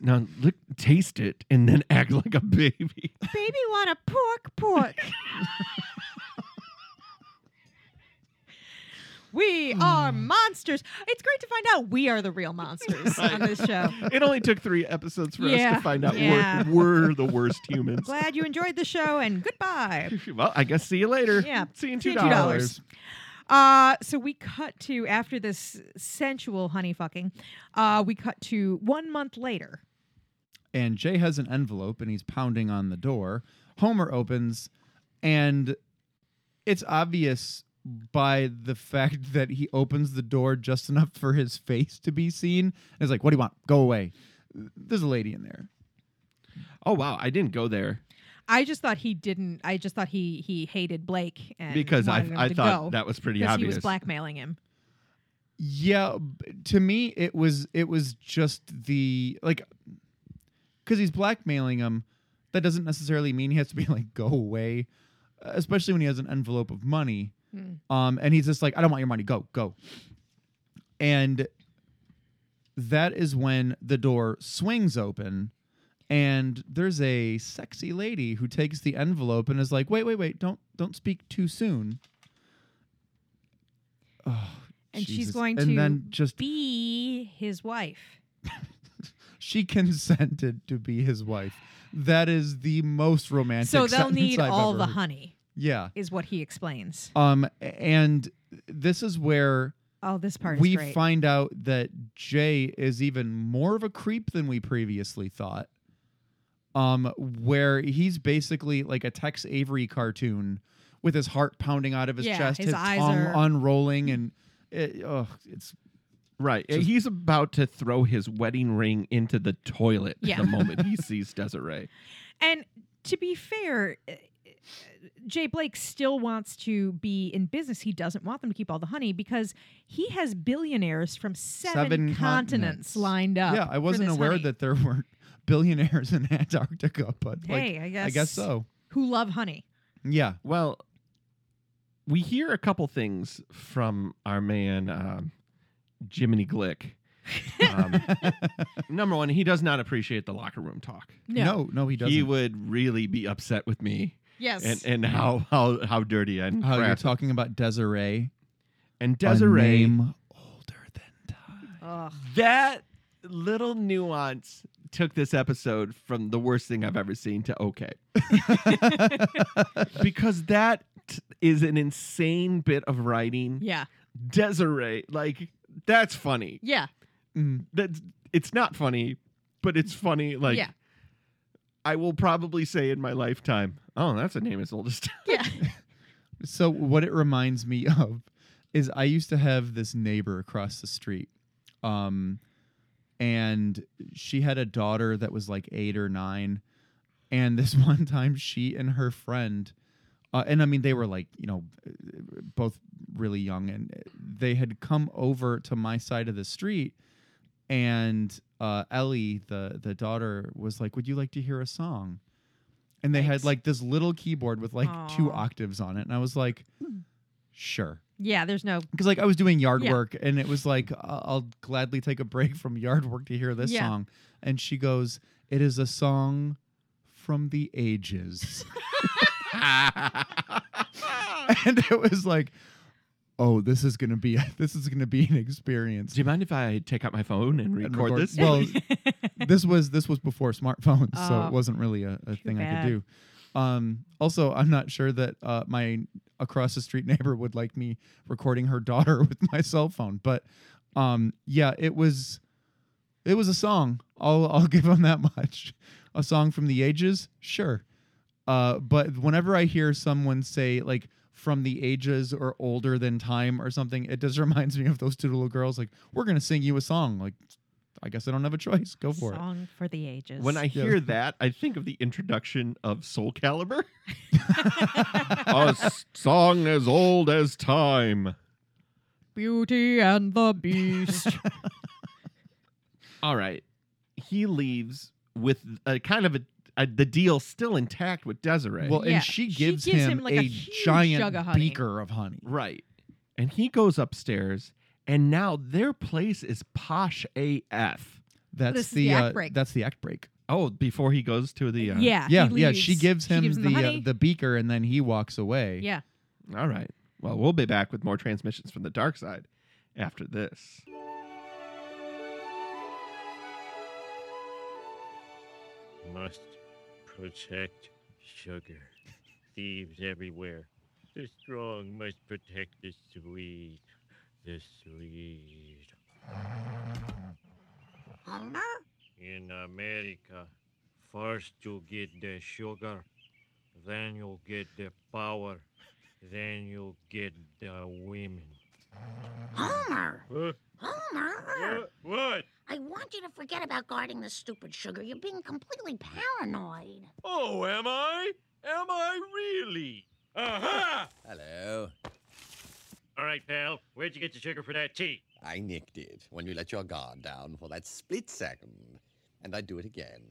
A: Now look, taste it, and then act like a baby.
B: Baby want a pork pork. we are monsters. It's great to find out we are the real monsters on this show.
A: It only took three episodes for us
B: Yeah.
A: to find out
B: Yeah.
A: we're, we're the worst humans.
B: Glad you enjoyed the show and goodbye.
A: well, I guess see you later.
B: Yeah.
A: See you in
B: See
A: two
B: you in
A: dollars.
B: $2. Uh, so we cut to after this sensual honey fucking. Uh, we cut to one month later.
C: and Jay has an envelope and he's pounding on the door. Homer opens, and it's obvious by the fact that he opens the door just enough for his face to be seen. And it's like, what do you want? Go away. There's a lady in there.
A: Oh wow, I didn't go there
B: I just thought he didn't. I just thought he he hated Blake and
A: because I
B: wanted him
A: I
B: to
A: thought
B: go
A: that was pretty
B: because
A: obvious.
B: he was blackmailing him.
C: Yeah, b- to me it was it was just the like cuz he's blackmailing him. That doesn't necessarily mean he has to be like go away, especially when he has an envelope of money.
B: Hmm.
C: Um and he's just like I don't want your money. Go, go. And that is when the door swings open and there's a sexy lady who takes the envelope and is like, "Wait, wait, wait. Don't don't speak too soon."
B: and she's
C: Jesus.
B: going
C: and
B: to
C: then just
B: be his wife.
C: she consented to be his wife. That is the most romantic.
B: So they'll
C: sentence
B: need
C: I've
B: all
C: ever
B: the
C: heard.
B: honey,
C: Yeah.
B: is what he explains.
C: Um. And this is where
B: Oh, this part
C: we
B: is great.
C: find out that Jay is even more of a creep than we previously thought. Um, where he's basically like a Tex Avery cartoon with his heart pounding out of his
B: Yeah,
C: chest,
B: his eyes
C: tongue
B: are-
C: unrolling, and it, oh, it's
A: Right.
C: Just-
A: he's about to throw his wedding ring into the toilet
B: Yeah.
A: the moment he sees Desiree.
B: and to be fair, uh, Jay Blake still wants to be in business. He doesn't want them to keep all the honey because he has billionaires from seven,
C: Seven
B: continents,
C: continents.
B: lined up.
C: Yeah, I
B: for
C: wasn't
B: this
C: aware
B: honey.
C: that there weren't billionaires in Antarctica, but like,
B: Hey, I
C: I
B: guess-
C: guess so.
B: Who love honey.
C: Yeah.
A: Well, we hear a couple things from our man um, Jiminy Glick. Um, number one, he does not appreciate the locker room talk.
B: No.
C: No, no, he doesn't.
A: He would really be upset with me
B: Yes.
A: and, and how how how dirty and
C: How you're
A: crap.
C: talking about Desiree.
A: and
C: a
A: Desiree
C: name older than time.
B: Ugh.
A: that little nuance took this episode from the worst thing I've ever seen to okay. because that t- is an insane bit of writing.
B: Yeah.
A: Desiree, like that's funny.
B: Yeah.
C: Mm.
A: That's it's not funny, but it's funny like
B: Yeah.
A: I will probably say in my lifetime, oh, that's a name as old as time.
B: Yeah.
C: So what it reminds me of is I used to have this neighbor across the street. Um and she had a daughter that was like 8 or 9 and this one time she and her friend uh, and I mean they were like, you know, both really young and they had come over to my side of the street and uh, Ellie, the the daughter, was like, "Would you like to hear a song?" And they had
B: Thanks.
C: like this little keyboard with like two
B: Aw.
C: octaves on it, and I was like, "Sure,"
B: Yeah. There's no.
C: because like I was doing yard
B: Yeah.
C: work, and it was like, "I- "I'll gladly take a break from yard work to hear this
B: Yeah.
C: song." And she goes, "It is a song from the ages," and it was like. oh, this is gonna be this is gonna be an experience.
A: Do you mind if I take out my phone and record,
C: And
A: this?
C: Well, this was this was before smartphones, so
B: Oh,
C: it wasn't really a, a thing I
B: bad.
C: could do. Um, also, I'm not sure that uh, my across the street neighbor would like me recording her daughter with my cell phone, but um, yeah, it was it was a song. I'll I'll give them that much. A song from the ages, sure. Uh, but whenever I hear someone say like from the ages or older than time or something, it just reminds me of those two little girls. Like we're gonna sing you a song. Like I guess I don't have a choice. Go for it.
B: Song for the ages.
A: When I
C: Yeah.
A: hear that, I think of the introduction of Soul Calibur. A s- song as old as time.
B: Beauty and the Beast.
A: All right. He leaves with a kind of a, a the deal still intact with Desiree.
C: Well,
B: Yeah,
C: and she
B: she
C: gives,
B: gives
C: him,
B: him, like, a
C: a,
B: huge jug
C: giant
B: of honey.
C: beaker of honey.
A: right. And he goes upstairs, and now their place is posh AF.
C: That's
B: This is
C: the,
B: the act
C: uh,
B: break.
C: that's the act break.
A: Oh, before he goes to the uh,
B: yeah.
C: yeah,
B: he
C: yeah. She
B: leaves.
C: gives him
B: gives
C: the
B: honey.
C: uh, the beaker, and then he walks away.
B: yeah.
A: All right. Well, we'll be back with more transmissions from the dark side after this.
H: must protect sugar. Thieves everywhere. The strong must protect the sweet. The sweet. In America, first you get the sugar, then you get the power, then you get the women.
I: Homer!
H: Huh?
I: Homer!
H: What? What?
I: I want you to forget about guarding the stupid sugar. You're being completely paranoid.
H: Oh, am I? Am I really? Aha!
J: Hello.
H: All right, pal. Where'd you get the sugar for that tea?
J: I nicked it when you let your guard down for that split second. And I do it again.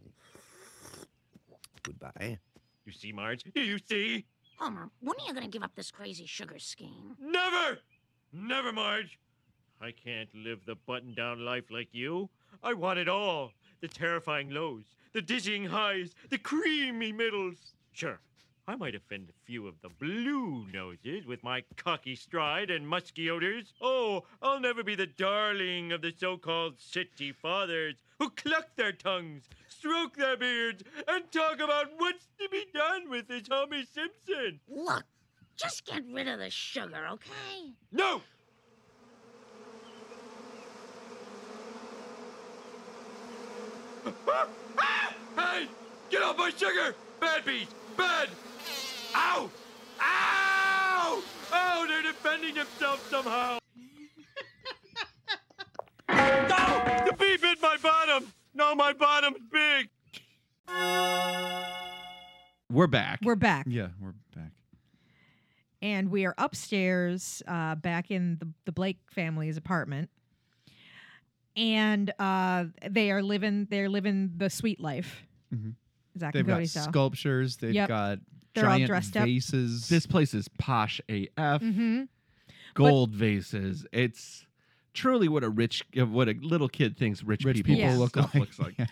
J: Goodbye.
H: You see, Marge? You see?
I: Homer, when are you going to give up this crazy sugar scheme?
H: Never! Never, Marge! I can't live the button down life like you. I want it all the terrifying lows, the dizzying highs, the creamy middles. Sure, I might offend a few of the blue noses with my cocky stride and musky odors. Oh, I'll never be the darling of the so called city fathers who cluck their tongues, stroke their beards, and talk about what's to be done with this Homer Simpson.
I: Look, just get rid of the sugar, okay?
H: No! hey! Get off my sugar! Bad bees! Bad! Ow! Ow! Oh, they're defending themselves somehow! no! The bee bit my bottom! No, my bottom's big!
A: We're back.
B: We're back.
C: yeah. We're back.
B: and we are upstairs uh, back in the, the Blake family's apartment, and uh, they are living they're living the sweet life.
C: Mhm.
B: Zach
C: They've
B: and Cody
C: got
B: style.
C: sculptures. They've
B: Yep.
C: got
B: They're all
C: giant
B: dressed up.
C: vases.
A: this place is posh AF.
B: Mhm.
A: gold vases. It's truly what a rich, uh, what a little kid thinks rich,
C: rich
A: people,
C: people
B: Yeah.
C: look
A: stuff
C: like,
A: looks like.
C: Yeah.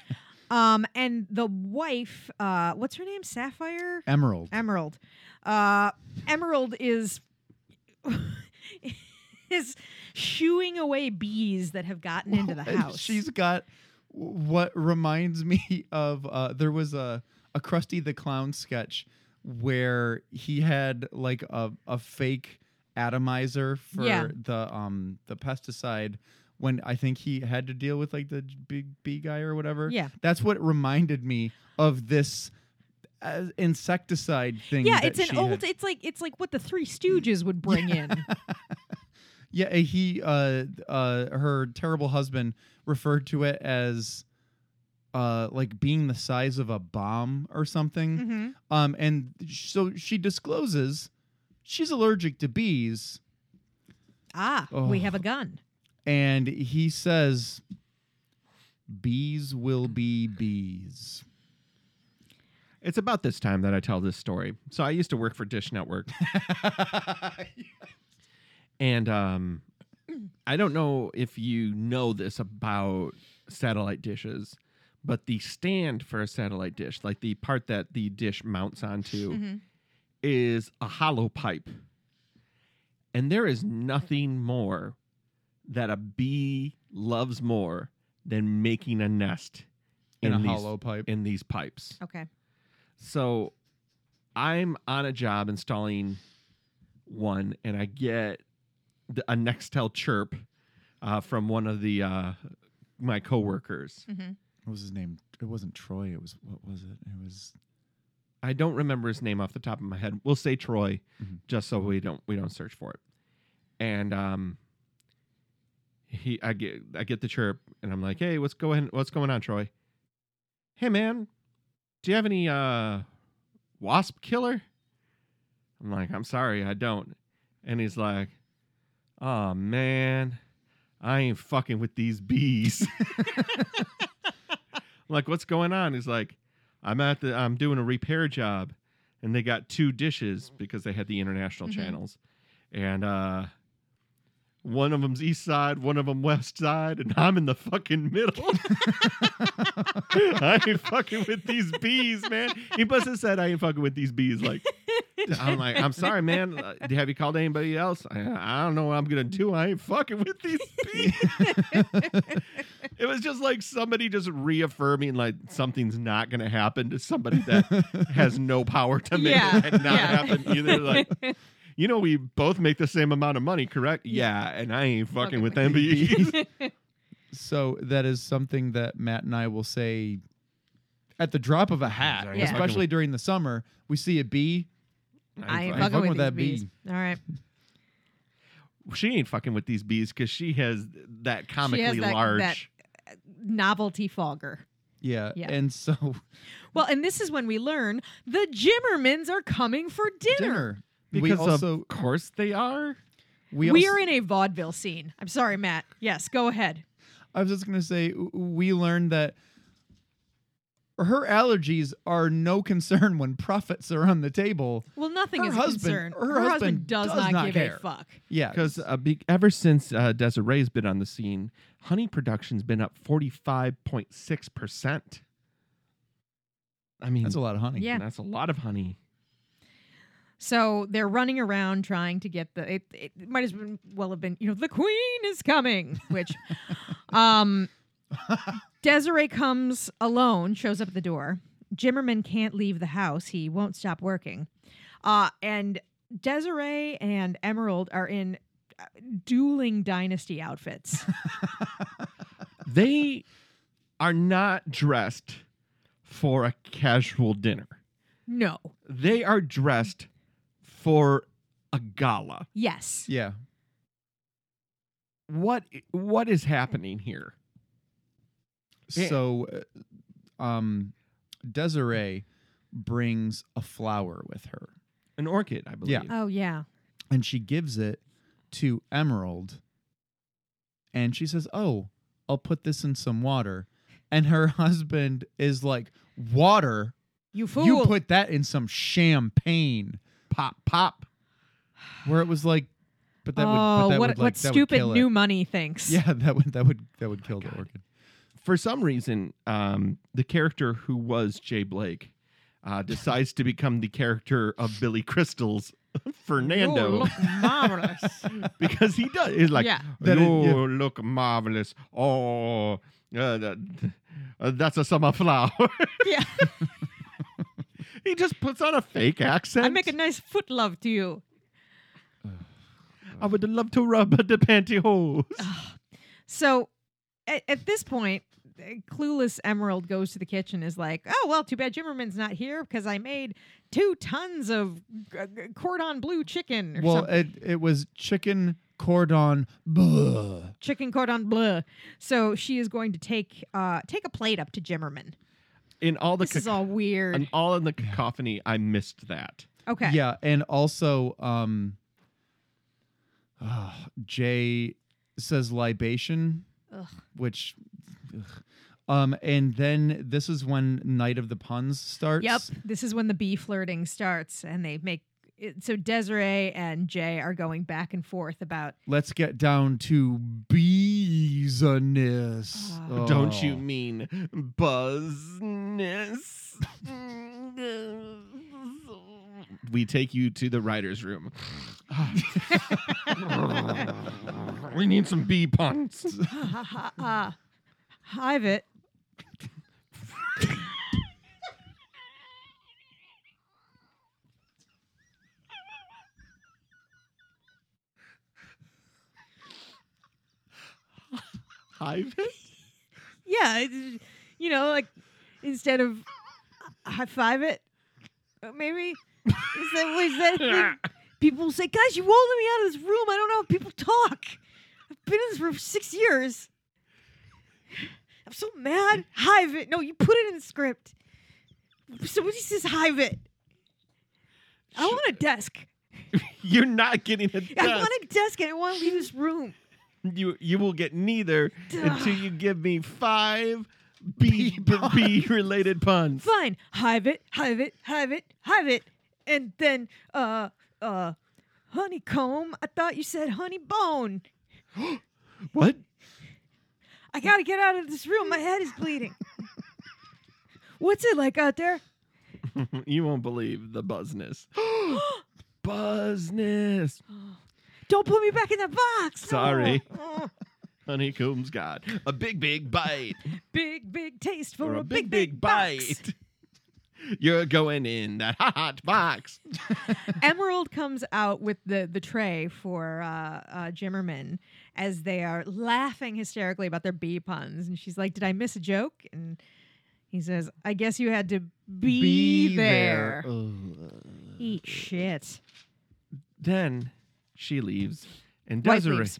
B: Um, and the wife, uh, what's her name? Sapphire
C: emerald.
B: Emerald. Uh, Emerald is is shooing away bees that have gotten into the
C: And
B: house.
C: She's got what reminds me of uh, there was a a Krusty the Clown sketch where he had like a a fake atomizer for
B: Yeah.
C: the um the pesticide when I think he had to deal with like the big bee guy or whatever.
B: yeah.
C: That's what reminded me of this uh, insecticide thing.
B: Yeah,
C: that
B: it's an
C: she
B: old.
C: had.
B: It's like it's like what the Three Stooges would bring in.
C: Yeah, uh, he uh uh her terrible husband referred to it as uh like being the size of a bomb or something.
B: hmm
C: Um and sh- so she discloses she's allergic to bees
B: Ah, we have a
C: Oh.
B: gun.
C: and he says bees will be bees.
A: It's about this time that I tell this story. So I used to work for Dish Network, and um, I don't know if you know this about satellite dishes, but the stand for a satellite dish, like the part that
C: Oh.
B: Mm-hmm.
A: the dish mounts onto,
B: Mhm.
A: is a hollow pipe. And there is nothing more that a bee loves more than making a nest
C: in, a
A: these,
C: hollow pipe.
A: in these pipes.
B: Okay.
A: So I'm on a job installing one, and I get the, a Nextel chirp uh, from one of the uh, my coworkers.
B: Mm-hmm.
C: what was his name? It wasn't Troy. It was what was it? It was
A: I don't remember his name off the top of my head. We'll say Troy,
C: Mhm.
A: just so we don't we don't search for it. And um, he I get I get the chirp, and I'm like, hey, what's going what's going on, Troy? Hey, man, do you have any uh wasp killer? I'm like, I'm sorry, I don't. And he's like, oh man, I ain't fucking with these bees. I'm like, what's going on? He's like, I'm at the I'm doing a repair job and they got two dishes because they had the international
B: Mhm.
A: channels. And uh one of them's east side, one of them west side, and I'm in the fucking middle. I ain't fucking with these bees, man. He must have said I ain't fucking with these bees. Like I'm like, I'm sorry, man. Uh, Have you called anybody else? I, I don't know what I'm gonna do. I ain't fucking with these bees. it was just like somebody just reaffirming like something's not gonna happen to somebody that has no power to make
B: Yeah,
A: that not
B: yeah.
A: happen either. Like, you know, we both make the same amount of money, correct? Yeah, and I ain't fucking
B: Fucking
A: with them
B: with
A: bees.
C: so that is something that Matt and I will say at the drop of a hat,
A: Yeah.
B: Yeah.
C: especially during the summer. We see a bee.
B: I ain't
C: fucking
B: fucking
C: with
B: with
C: that
B: these bees.
C: bee.
B: All right.
A: she ain't fucking with these bees because she has that comically
B: that-
A: large.
B: that- Novelty fogger.
C: Yeah.
B: Yeah.
C: And so
B: Well, and this is when we learn the Jimmermans are coming for dinner.
C: dinner.
A: because um,
C: we also
A: of course they are.
C: we,
B: we
C: also,
B: are in a vaudeville scene. I'm sorry, Matt. Yes, go ahead.
C: I was just gonna say w- we learned that her allergies are no concern when profits are on the table.
B: Well, nothing
C: Her
B: is
C: husband-
B: concerned.
C: her
B: husband,
C: husband
B: does,
C: does
B: not,
C: not
B: give
C: care.
B: a fuck.
C: Yeah.
A: Because uh, be- ever since uh, Desiree's been on the scene, honey production's been up forty five point six percent. I mean,
C: that's a lot of honey.
B: Yeah.
A: that's a lot of honey.
B: So they're running around trying to get the. It, it might as been- well have been, you know, the queen is coming, which, um, Desiree comes alone, shows up at the door. Jimmerman can't leave the house. He won't stop working. Uh, and Desiree and Emerald are in uh, dueling dynasty outfits.
A: They are not dressed for a casual dinner.
B: no.
A: They are dressed for a gala.
B: Yes.
C: Yeah.
A: What what is happening here? Yeah.
C: So, uh, um, Desiree brings a flower with her,
A: An orchid, I believe.
C: Yeah.
B: Oh yeah.
C: and she gives it to Emerald, and she says, "Oh, I'll put this in some water," and her husband is like, "Water?
B: You fool.
C: You put that in some champagne? Pop, pop." Where it was like, but that
B: oh,
C: would, but that
B: what,
C: would, like,
B: what
C: that would
B: stupid
C: kill it.
B: new Oh money thinks.
C: Yeah, that would that would that would kill the orchid.
A: for some reason, um, the character who was Jay Blake uh, decides to become the character of Billy Crystal's
B: You
A: Fernando
B: look marvelous.
A: because he does. He's like,
B: Yeah.
A: "You
C: That is- yeah.
A: look marvelous. Oh, uh, that, uh, that's a summer flower."
B: yeah.
A: he just puts on a fake accent.
B: I make a nice foot love to you.
A: I would love to rub the pantyhose.
B: So at, at this point, uh, clueless Emerald goes to the kitchen is like, oh, well, too bad Jimmerman's not here because I made two tons of g- g- cordon bleu chicken or
C: Well, eh
B: something.
C: it it was chicken cordon bleu.
B: chicken cordon bleu. So she is going to take uh, take a plate up to Jimmerman.
A: In all the
B: This is all weird.
A: in all in the cacophony, I missed that.
B: okay.
C: Yeah, and also um ah, Jay says libation,
B: Ugh.
C: which ugh. um and then this is when Night of the Puns starts.
B: Yep. This is when the bee flirting starts and they make it, so Desiree and Jay are going back and forth about
C: Let's get down to business.
B: Ah.
A: Don't
C: Oh.
A: you mean buzzness? we take you to the writer's room. we need some bee puns.
B: uh, Hivit.
A: Hive?
B: Yeah, it's- you know, like instead of high five it, uh, maybe. Is that, what is that when people say, guys, you won't let me out of this room. I don't know if people talk. I've been in this room for six years. I'm so mad. Hive it. No, you put it in the script. Somebody says hive it. I want a desk.
A: You're not getting a desk.
B: I want a desk and I want to leave this room.
A: you you will get neither
B: Duh.
A: until you give me five bee bee related puns.
B: Fine. Hive it, hive it, hive it, hive it. And then, uh, uh, honeycomb. I thought you said honey bone.
A: What?
B: I gotta get out of this room. My head is bleeding. What's it like out there?
A: you won't believe the buzzness. buzzness.
B: Don't put me back in that box.
A: Sorry.
B: Oh, oh.
A: Honeycomb's God. A big, big bite.
B: Big, big taste for
A: or
B: a,
A: a big,
B: big,
A: big bite. You're going in that hot box.
B: Emerald comes out with the the tray for uh, uh, Jimmerman as they are laughing hysterically about their bee puns, and she's like, "Did I miss a joke?" And he says, "I guess you had to be, there." Uh, Eat shit.
A: Then she leaves, and
B: Wife
A: Desiree,
B: leaves.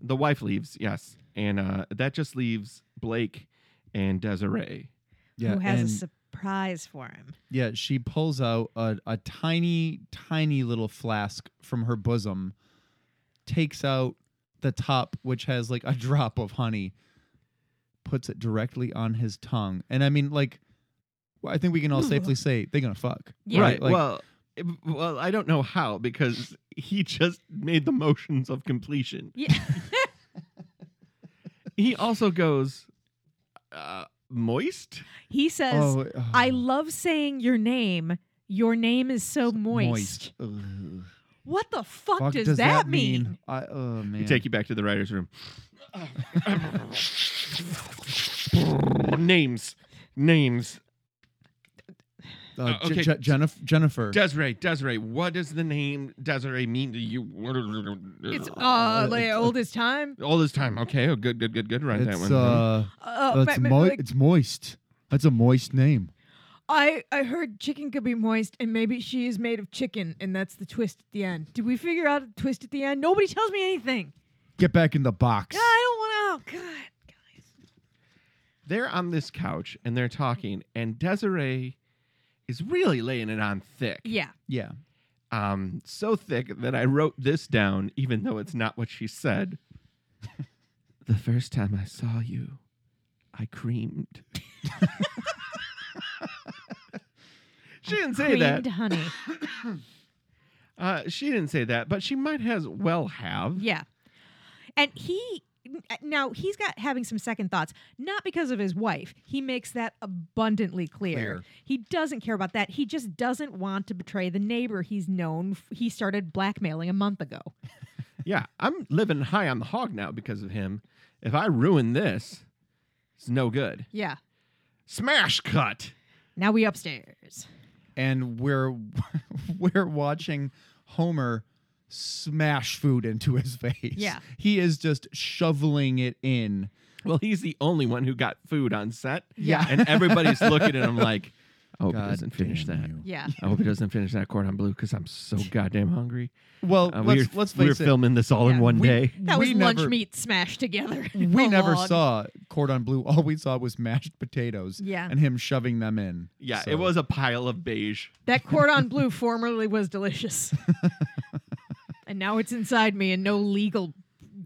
A: the wife leaves. Yes, and uh, that just leaves Blake and Desiree.
C: Yeah,
B: Who has a
C: and-
B: surprise for him?
C: Yeah, she pulls out a, a tiny, tiny little flask from her bosom, takes out the top, which has like a drop of honey, puts it directly on his tongue. And I mean, like, well, I think we can all safely say they're going to fuck.
B: Yeah.
A: Right.
C: Like,
A: well, it- well, I don't know how because he just made the motions of completion.
B: Yeah.
A: He also goes uh, moist.
B: he says,
C: oh, oh,
B: "I love saying your name. Your name is so moist."
C: Ugh.
B: What the fuck,
C: Fuck
B: does, that, mean?
C: I, oh, man.
A: We take you back to the writer's room. names, names.
C: Uh,
A: Uh, okay.
C: Je- Je- Jennifer. Jennifer.
A: Desiree, Desiree. What does the name Desiree mean to you?
B: It's uh, like old as time.
A: all this time. Okay, oh, good, good, good, good. Write that
C: it's,
A: one.
C: uh,
B: Uh,
C: it's,
B: but-
C: mo-
B: like-
C: it's moist. That's a moist name.
B: I I heard chicken could be moist, and maybe she is made of chicken, and that's the twist at the end. Did we figure out the twist at the end? Nobody tells me anything.
C: Get back in the box.
B: God, I don't want to. Oh God, guys.
A: they're on this couch and they're talking, and Desiree is really laying it on thick.
B: Yeah,
C: Yeah.
A: Um, so thick that I wrote this down, even though it's not what she said. the first time I saw you, I creamed. she didn't say that.
B: creamed honey.
A: Uh, she didn't say that, but she might as well have.
B: Yeah, and he uh, now he's got having some second thoughts, not because of his wife. He makes that abundantly clear.
C: Clear.
B: He doesn't care about that. He just doesn't want to betray the neighbor he's known. f- He started blackmailing a month ago.
A: Yeah, I'm living high on the hog now because of him. If I ruin this, it's no good.
B: Yeah.
A: Smash cut.
B: Now we upstairs.
C: and we're we're watching Homer smash food into his face.
B: Yeah.
C: He is just shoveling it in.
A: Well, he's the only one who got food on set.
B: Yeah.
A: And everybody's looking at him like, I hope he doesn't
C: God
A: finish
C: damn
A: that.
C: you.
B: Yeah.
A: I hope he doesn't finish that cordon bleu because I'm so goddamn hungry.
C: Well,
A: Uh,
C: let's
A: we were,
C: let's
A: we were
C: face it.
A: filming this all in
B: Yeah.
A: one
C: We-
A: day.
B: That
C: we
B: was lunch
C: never-
B: meat smashed together. in
C: We
B: a
C: never
B: log.
C: saw cordon bleu. All we saw was mashed potatoes.
B: Yeah.
C: And him shoving them in.
A: Yeah,
C: So-
A: it was a pile of beige.
B: that cordon bleu formerly was delicious. and now it's inside me and no legal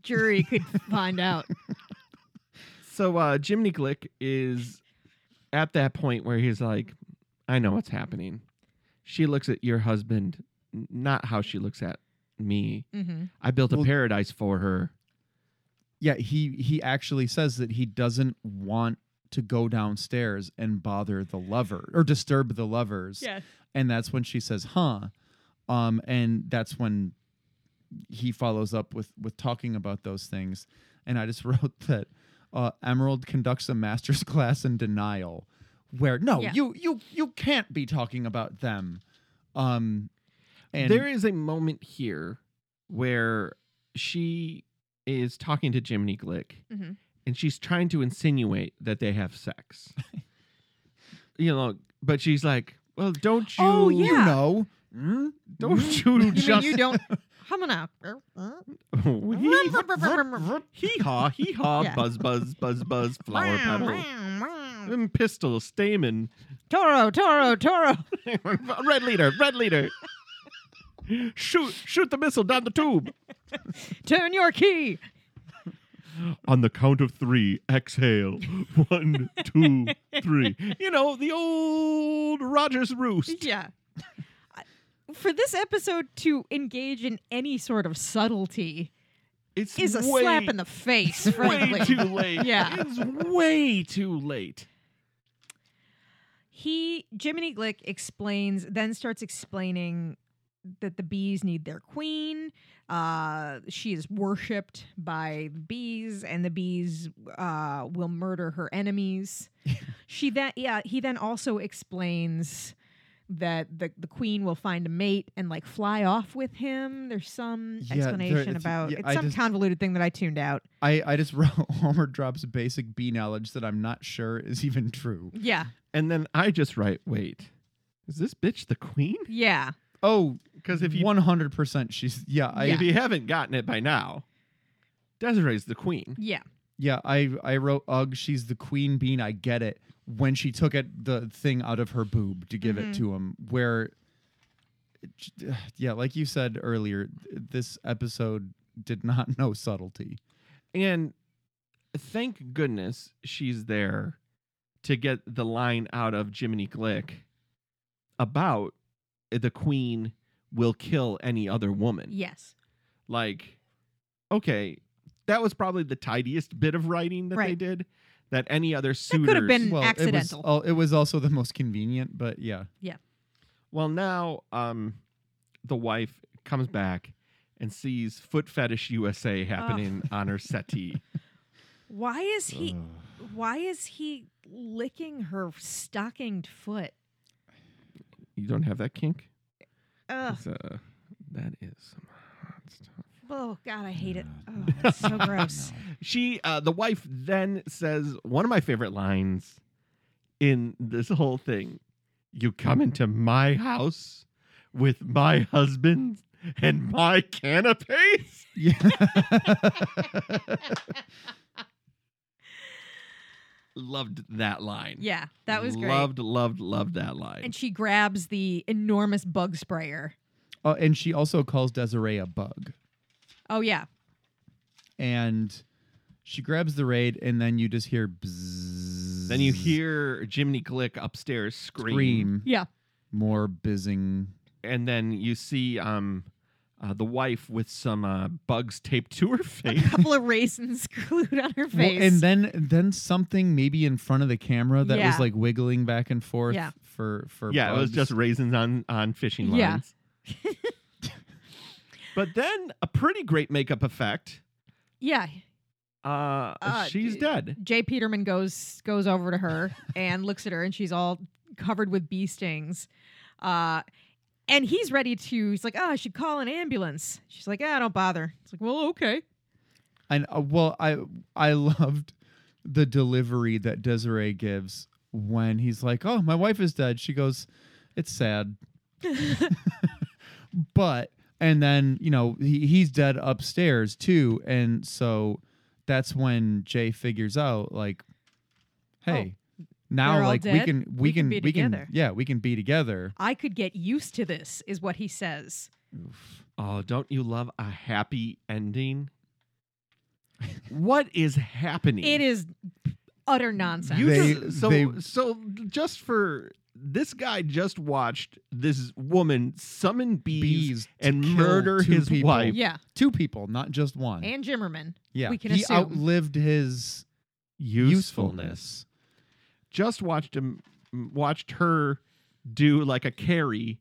B: jury could find out.
A: So uh, Jiminy Glick is at that point where he's like, I know what's happening. She looks at your husband, n- not how she looks at me.
B: Mm-hmm.
A: I built a
C: Well-
A: paradise for her.
C: Yeah, he he actually says that he doesn't want to go downstairs and bother the lover or disturb the lovers.
B: Yeah.
C: And that's when she says, "Huh." um, and that's when he follows up with with talking about those things. And I just wrote that uh, Emerald conducts a master's class in denial, where no,
B: Yeah.
C: you you you can't be talking about them. Um, and
A: there is a moment here where she is talking to Jiminy Glick
B: Mhm.
A: and she's trying to insinuate that they have sex. you know, but she's like, well, don't you, hmm?
B: Oh, yeah.
C: you know,
A: don't
B: You
A: you
B: mean
A: just
B: you don't? Come on out.
A: hee haw, hee haw,
B: Yeah.
A: buzz, buzz, buzz, buzz, flower petal, Mm, pistol, stamen,
B: Toro, Toro, Toro.
A: red leader, red leader. Shoot, shoot the missile down the tube.
B: Turn your key.
A: on the count of three, exhale. One, two, three. You know, the old Rogers roost.
B: Yeah. For this episode to engage in any sort of subtlety
A: It's
B: is a
A: way,
B: slap in the face, frankly.
A: Way too late.
B: Yeah.
A: It's way too late.
B: he Jiminy Glick explains, then starts explaining that the bees need their queen. Uh, she is worshipped by the bees, and the bees uh, will murder her enemies. she then, yeah, he then also explains that the, the queen will find a mate and like fly off with him. There's some
C: Yeah, there-
B: explanation
C: it's-
B: about
C: yeah,
B: it's
C: I
B: some
C: just-
B: convoluted thing that I tuned out.
C: I I just wrote Homer drops basic bee knowledge that I'm not sure is even true.
B: Yeah,
A: And then I just write, wait, is this bitch the queen?
B: yeah,
C: Oh,
A: Because if you
C: 100 percent she's yeah I
A: if you haven't gotten it by now, Desiree's the queen.
B: yeah.
C: yeah I I wrote ugh she's the queen bean I get it when she took it the thing out of her boob to give
B: Mhm.
C: it to him where yeah like you said earlier this episode did not know subtlety
A: And thank goodness she's there to get the line out of Jiminy Glick about the queen will kill any other woman.
B: Yes,
A: Like, okay, that was probably the tidiest bit of writing that they
B: Right.
A: did. That any other suitors.
B: could have
A: Mm,
B: been-
C: well
B: Accidental.
C: it was al- it was also the most convenient but yeah
A: Well, now um, the wife comes back and sees Foot Fetish USA happening
B: Oh.
A: on her settee.
B: why is he? why is he licking her stockinged foot?
A: You don't have that kink?
B: Ugh.
A: It's, uh, that is some hot stuff.
B: Oh God, I hate it. Oh, it's so gross.
A: She, uh, the wife, then says one of my favorite lines in this whole thing You come into my house with my husband and my canapes.
C: yeah
A: Loved that line.
B: Yeah, that was great.
A: Loved, loved, loved that line.
B: and she grabs the enormous bug sprayer.
C: uh, and she also calls Desiree a bug
B: Oh yeah,
C: and she grabs the raid, and then you just hear bzzz.
A: then you hear Jiminy Glick upstairs scream,
C: scream,
B: yeah.
C: more bizzing.
A: and then you see um, uh, the wife with some uh, bugs taped to her face.
B: A couple of raisins glued on her
C: Well,
B: face.
C: and then then something maybe in front of the camera that
B: Yeah.
C: was like wiggling back and forth
B: Yeah.
C: for for
A: yeah, it was
C: bugs.
A: just raisins on on fishing lines.
B: Yeah.
A: but then a pretty great makeup effect.
B: yeah,
A: Uh,
B: Uh,
A: she's
B: d-
A: dead.
B: Jay Peterman goes goes over to her and looks at her, and she's all covered with bee stings. Uh, and he's ready to. He's like, "Oh, I should call an ambulance." She's like, "Ah, don't bother." It's like, "Well, okay."
C: and uh, well, I I loved the delivery that Desiree gives when he's like, "Oh, my wife is dead." She goes, "It's sad," but and then you know he, he's dead upstairs too, and so that's when Jay figures out like, "Hey,
B: Oh, they're
C: now
B: all
C: like we
B: dead?
C: can we,
B: We can
C: can,
B: be
C: we
B: together."
C: can yeah we can be together."
B: I could get used to this, is what he says.
A: Oh, don't you love a happy ending? what is happening?
B: It is utter nonsense.
A: You
C: They-
A: just, so
C: they-
A: so just for this guy just watched this woman summon bees,
C: Bees to
A: and
C: kill
A: murder
C: two
A: his
C: people.
A: wife.
B: yeah,
C: Two people, not just one.
B: and Jimmerman.
C: yeah,
B: we can
C: he
B: assume.
C: outlived his
A: Usefulness.
C: usefulness.
A: just watched him watched her do like a carry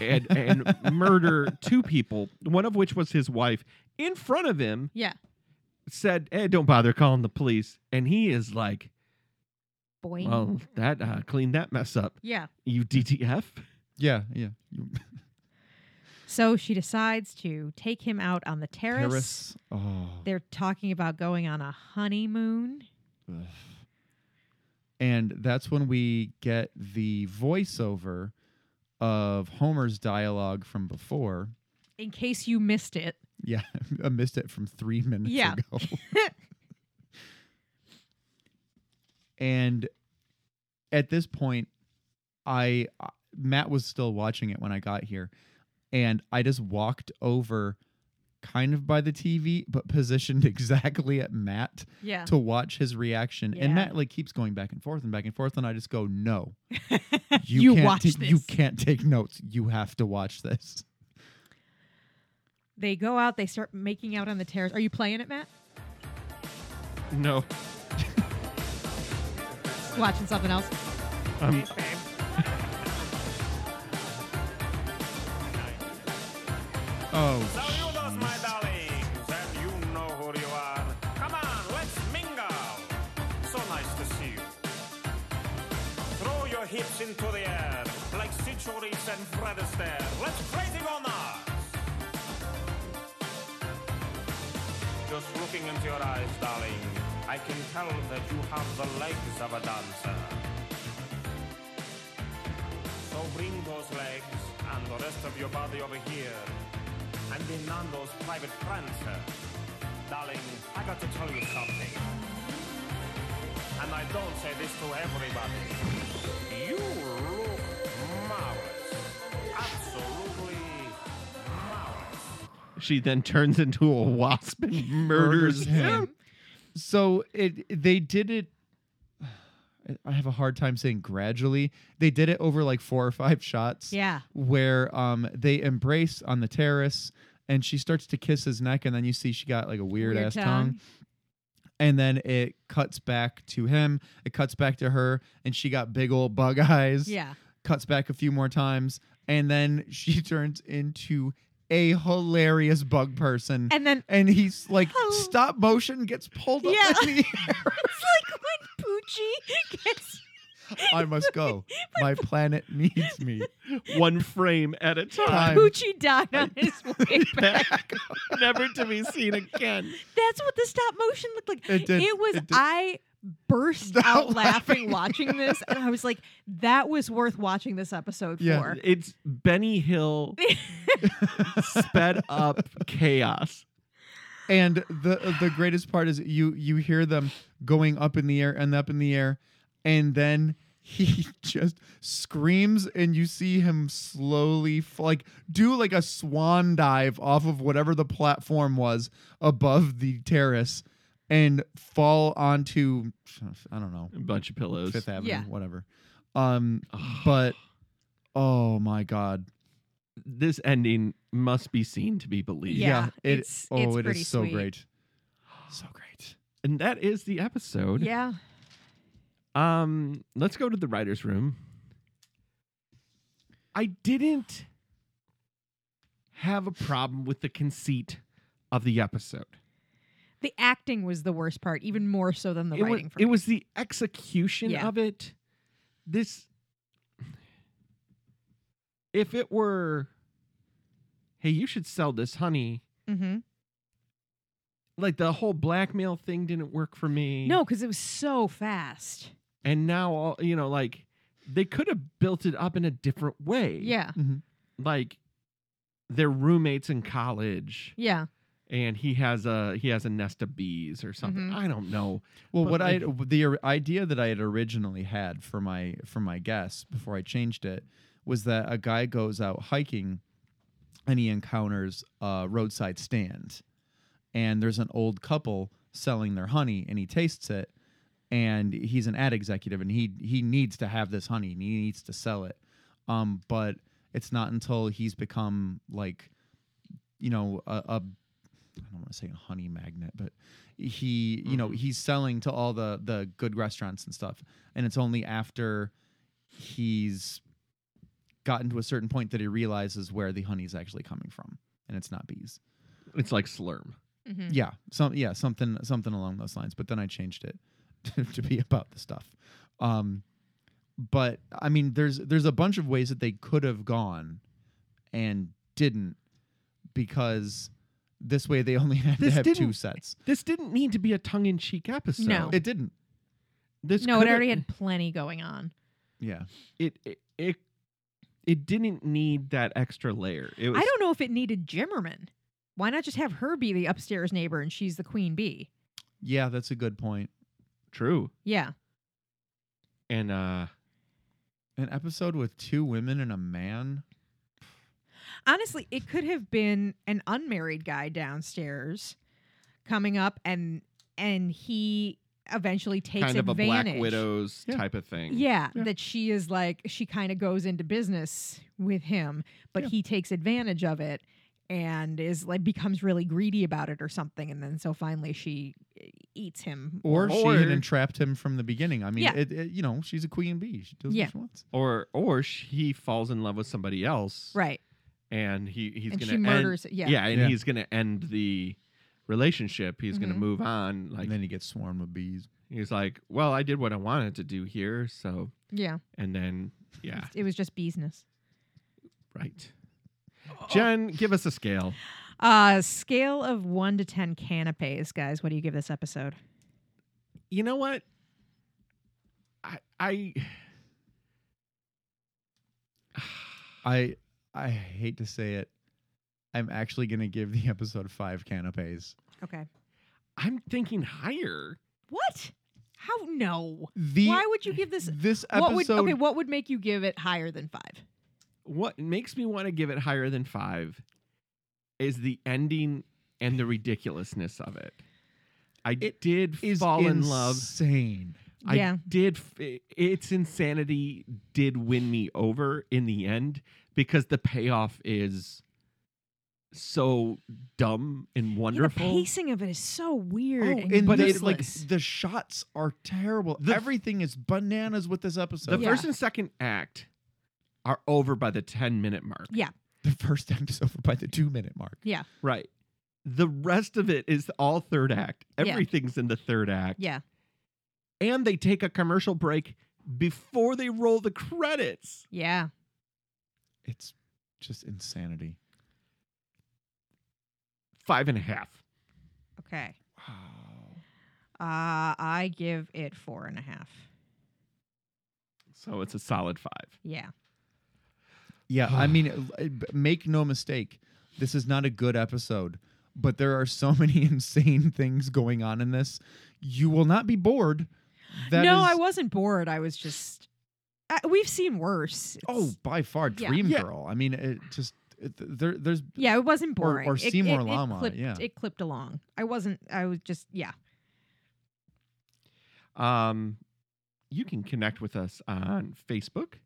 A: and, and murder two people, one of which was his wife, in front of him,
B: Yeah.
A: said, Hey, don't bother calling the police. And he is like,
B: Boy.
A: Well, that uh, cleaned that mess up.
B: yeah.
A: You DTF?
C: Yeah, yeah. You-
B: So she decides to take him out on the terrace.
C: Paris. Oh.
B: They're talking about going on a honeymoon.
C: Ugh. And that's when we get the voiceover of Homer's dialogue from before.
B: In case you missed it.
C: Yeah, I missed it from three minutes
B: Yeah.
C: ago. and at this point, I I- Matt was still watching it when I got here, and I just walked over, kind of by the TV, but positioned exactly at Matt
B: Yeah.
C: to watch his reaction.
B: Yeah.
C: And Matt like keeps going back and forth and back and forth, and I just go, "No, you,
B: You
C: can't
B: watch
C: ta- You
B: this."
C: can't take notes. You have to watch this."
B: They go out, they start making out on the terrace. Are you playing it, Matt?
A: No.
B: Just watching something else.
A: Um,
C: Oh,
K: So nice to see you. Throw your hips into the air like Citrus and Fred Astaire. Let's crazy on us. Just looking into your eyes, darling, I can tell that you have the legs of a dancer. So bring those legs and the rest of your body over here and be Nando's private prancer. Darling, I got to tell you something. And I don't say this to everybody. You look marvelous. Absolutely marvelous.
A: she then turns into a wasp and murders him.
C: so it they did it i have a hard time saying gradually they did it over like four or five shots
B: Yeah.
C: where um they embrace on the terrace and she starts to kiss his neck and then you see she got like a weird,
B: Weird
C: ass
B: tongue.
C: tongue. and then it cuts back to him it cuts back to her and she got big old bug eyes
B: Yeah.
C: cuts back a few more times and then she turns into a hilarious bug person
B: And then
C: and he's like
B: Oh.
C: stop motion gets pulled up
B: Yeah.
C: in the air.
B: it's like when Poochie gets
C: I must go. My planet needs me.
A: One frame at a time.
C: Time.
B: Poochie died on his way back.
A: Back, never to be seen again.
B: That's what the stop motion looked like.
C: It did-
B: was
C: it did.
B: I burst
C: Stop
B: out laughing watching this and I was like, that was worth watching this episode
C: Yeah.
B: for.
A: It's Benny Hill sped up chaos.
C: And the the greatest part is you you hear them going up in the air and up in the air, and then he just screams and you see him slowly f- like do like a swan dive off of whatever the platform was above the terrace and fall onto I don't know
A: A bunch of pillows.
C: Fifth Avenue
B: Yeah.
C: whatever um but oh my god
A: this ending must be seen to be believed.
B: Yeah,
C: it-
B: it's-
C: oh,
B: it's
C: it is
B: pretty
C: so
B: sweet.
C: great, so great.
A: And that is the episode.
B: Yeah.
A: Um, let's go to the writer's room. I didn't have a problem with the conceit of the episode.
B: The acting was the worst part, even more so than the
A: it, was,
B: writing for
A: it
B: me.
A: was the execution
B: Yeah.
A: of it. This, if it were, hey, you should sell this, honey.
B: mm-hmm.
A: Like the whole blackmail thing didn't work for me.
B: No, because it was so fast.
A: and now all you know, like they could have built it up in a different way.
B: Yeah.
C: Mm-hmm.
A: like they're roommates in college
B: Yeah.
A: and he has a he has a nest of bees or something
B: Mhm.
A: i don't know
C: Well,
A: But,
C: what I
A: like-
C: the or- idea that I had originally had for my for my guess before I changed it was that a guy goes out hiking and he encounters a roadside stand, and there's an old couple selling their honey, and he tastes it, and he's an ad executive, and he he needs to have this honey, and he needs to sell it, um, but it's not until he's become like, you know, a, a I don't want to say a honey magnet, but he, you
A: Mm-hmm.
C: know, he's selling to all the the good restaurants and stuff, and it's only after he's gotten to a certain point that he realizes where the honey's actually coming from, and it's not bees.
A: It's like slurm. Mm-hmm.
B: Mhm.
C: Yeah, some yeah something something along those lines. But then I changed it to be about the stuff. Um, but I mean, there's there's a bunch of ways that they could have gone, and didn't because this way they only had
A: This
C: to have two
A: didn't-
C: sets.
A: This didn't mean to be a tongue in cheek episode.
B: No.
C: It didn't.
A: This
B: no, it
A: could've-
B: already had plenty going on.
C: Yeah.
A: It, it it it didn't need that extra layer. It was
B: I don't know if it needed Jimmerman. Why not just have her be the upstairs neighbor and she's the queen bee?
C: Yeah, that's a good point.
A: true.
B: Yeah.
A: And uh
C: An episode with two women and a man.
B: Honestly, it could have been an unmarried guy downstairs coming up and and he eventually takes
A: kind of
B: advantage.
A: a Black Widows
C: Yeah.
A: type of thing.
B: Yeah, that she is like she kind of goes into business with him, but he takes advantage of it and is like becomes really greedy about it or something and then so finally she eh, eats him.
C: Or, she had
A: Or-
C: entrapped him from the beginning. I mean,
B: Yeah.
C: it, it- you know, she's a queen bee. She does
B: Yeah.
C: what she wants.
A: Or or sh- he falls in love with somebody else.
B: Right.
A: And he he's
B: and
A: gonna
B: she
A: end-
B: murders yeah.
A: and
C: Yeah.
A: he's gonna end the relationship. He's
B: Mhm.
C: Mm-hmm.
A: gonna move on. Like
C: and then he gets swarmed with bees.
A: he's like, Well, I did what I wanted to do here, so
B: Yeah.
A: and then yeah,
B: It was just business.
A: right.
C: Oh.
A: Jen, give us a scale.
B: Uh scale of 1 to 10 canapes, guys. What do you give this episode?
A: you know what i i
C: I I hate to say it. I'm actually going to give the episode five canapes.
B: Okay.
A: i'm thinking higher
B: What? How no.
C: The
B: Why would you give this
C: this
B: what
C: episode?
B: would okay, what would make you give it higher than 5?
A: what makes me want to give it higher than five is the ending and the ridiculousness of it i
C: It
A: did
C: is
A: fall in love
C: Insane.
B: Yeah.
A: I did. f- i- Its insanity did win me over in the end because the payoff is so dumb and
B: Yeah, the
A: wonderful.
B: pacing of it is so weird.
C: Oh,
B: and
C: and
A: But
C: the,
A: it's
C: like
B: useless.
C: the shots are terrible.
A: The-
C: Everything is bananas with this episode.
A: the
B: Yeah.
A: first and second act are over by the 10 minute mark.
B: Yeah.
C: the first act is over by the two minute mark.
B: Yeah.
A: Right. The rest of it is all third act.
B: Yeah.
A: Everything's in the third act.
B: Yeah.
A: And they take a commercial break before they roll the credits.
B: Yeah.
C: It's just insanity.
A: Five and a half.
B: Okay.
C: Wow.
B: Uh, I give it four and a half.
A: So it's a solid five.
B: Yeah.
C: Yeah, I mean, l- uh, b- make no mistake, this is not a good episode, but there are so many insane things going on in this. You will not be bored. That
B: no,
C: is-
B: I wasn't bored. I was just. I, we've seen worse. It's-
C: Oh, by far,
B: Yeah.
C: Dream
A: Yeah.
C: Girl. I mean, it just it, there. There's
B: Yeah, it wasn't
C: Or-
B: boring.
C: or
B: It-
C: Seymour
B: it, it,
C: Llama,
B: clipped,
C: yeah.
B: It clipped along. I wasn't. I was just. Yeah.
A: Um, you can connect with us on Facebook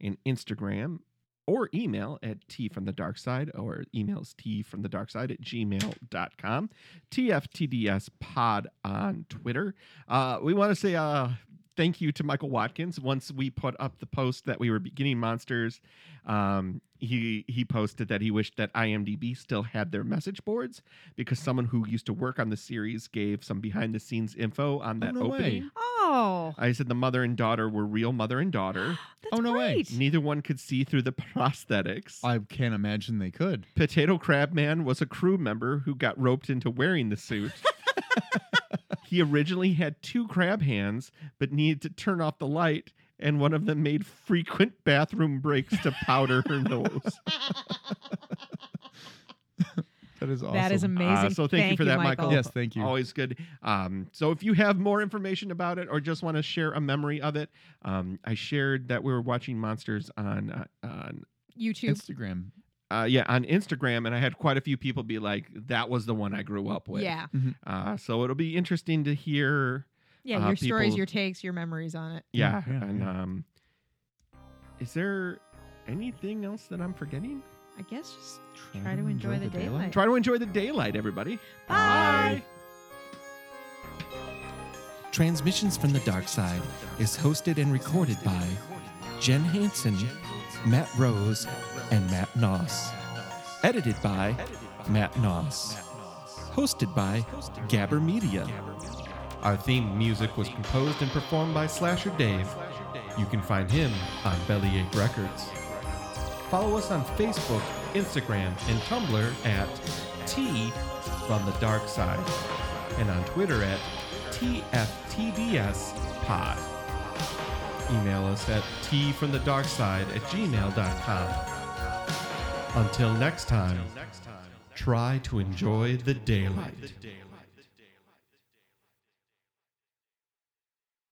A: and Instagram or email at T from the Dark Side. Our email is T from the Dark Side at gmail.com. TFTDS pod on Twitter. Uh, we want to say uh, thank you to Michael Watkins. Once we put up the post that we were beginning monsters, um, he he posted that he wished that IMDb still had their message boards because someone who used to work on the series gave some behind the scenes info on that
C: no way.
A: opening.
B: Oh,
A: I said the mother and daughter were real mother and daughter.
B: that's
C: Oh, no way.
B: great.
A: Neither one could see through the prosthetics.
C: I can't imagine they could.
A: Potato Crab Man was a crew member who got roped into wearing the suit. he originally had two crab hands, but needed to turn off the light, and one of them made frequent bathroom breaks to powder her nose.
C: That is awesome.
B: That is amazing.
A: Uh, so thank you for that, Michael.
C: Yes, thank you.
A: Always good. Um, so if you have more information about it or just want to share a memory of it, um, I shared that we were watching monsters on uh, on
B: YouTube.
C: Instagram.
A: uh, yeah, on Instagram, and I had quite a few people be like, "That was the one I grew up with."
B: yeah.
A: Uh, so it'll be interesting to hear.
B: Yeah.
A: Uh,
B: your stories,
A: people-
B: your takes, your memories on it.
A: Yeah,
C: Yeah, yeah,
A: and
C: yeah.
A: um, is there anything else that I'm forgetting?
B: I guess just try, to enjoy, the, daylight.
A: Try to enjoy the daylight, everybody.
B: Bye.
L: Transmissions from the Dark Side is hosted and recorded by Jen Hansen
C: Matt Rose, and Matt Noss. Edited by Matt Noss. Hosted by Gabber Media.
A: Our theme music was composed and performed by Slasher Dave. You can find him on Bellyache Records. Follow us on Facebook, Instagram, and Tumblr at T from the Dark Side, and on Twitter at TFTDS Pod. Email us at T from the Dark Side at gmail.com. Until next time, try to enjoy the daylight.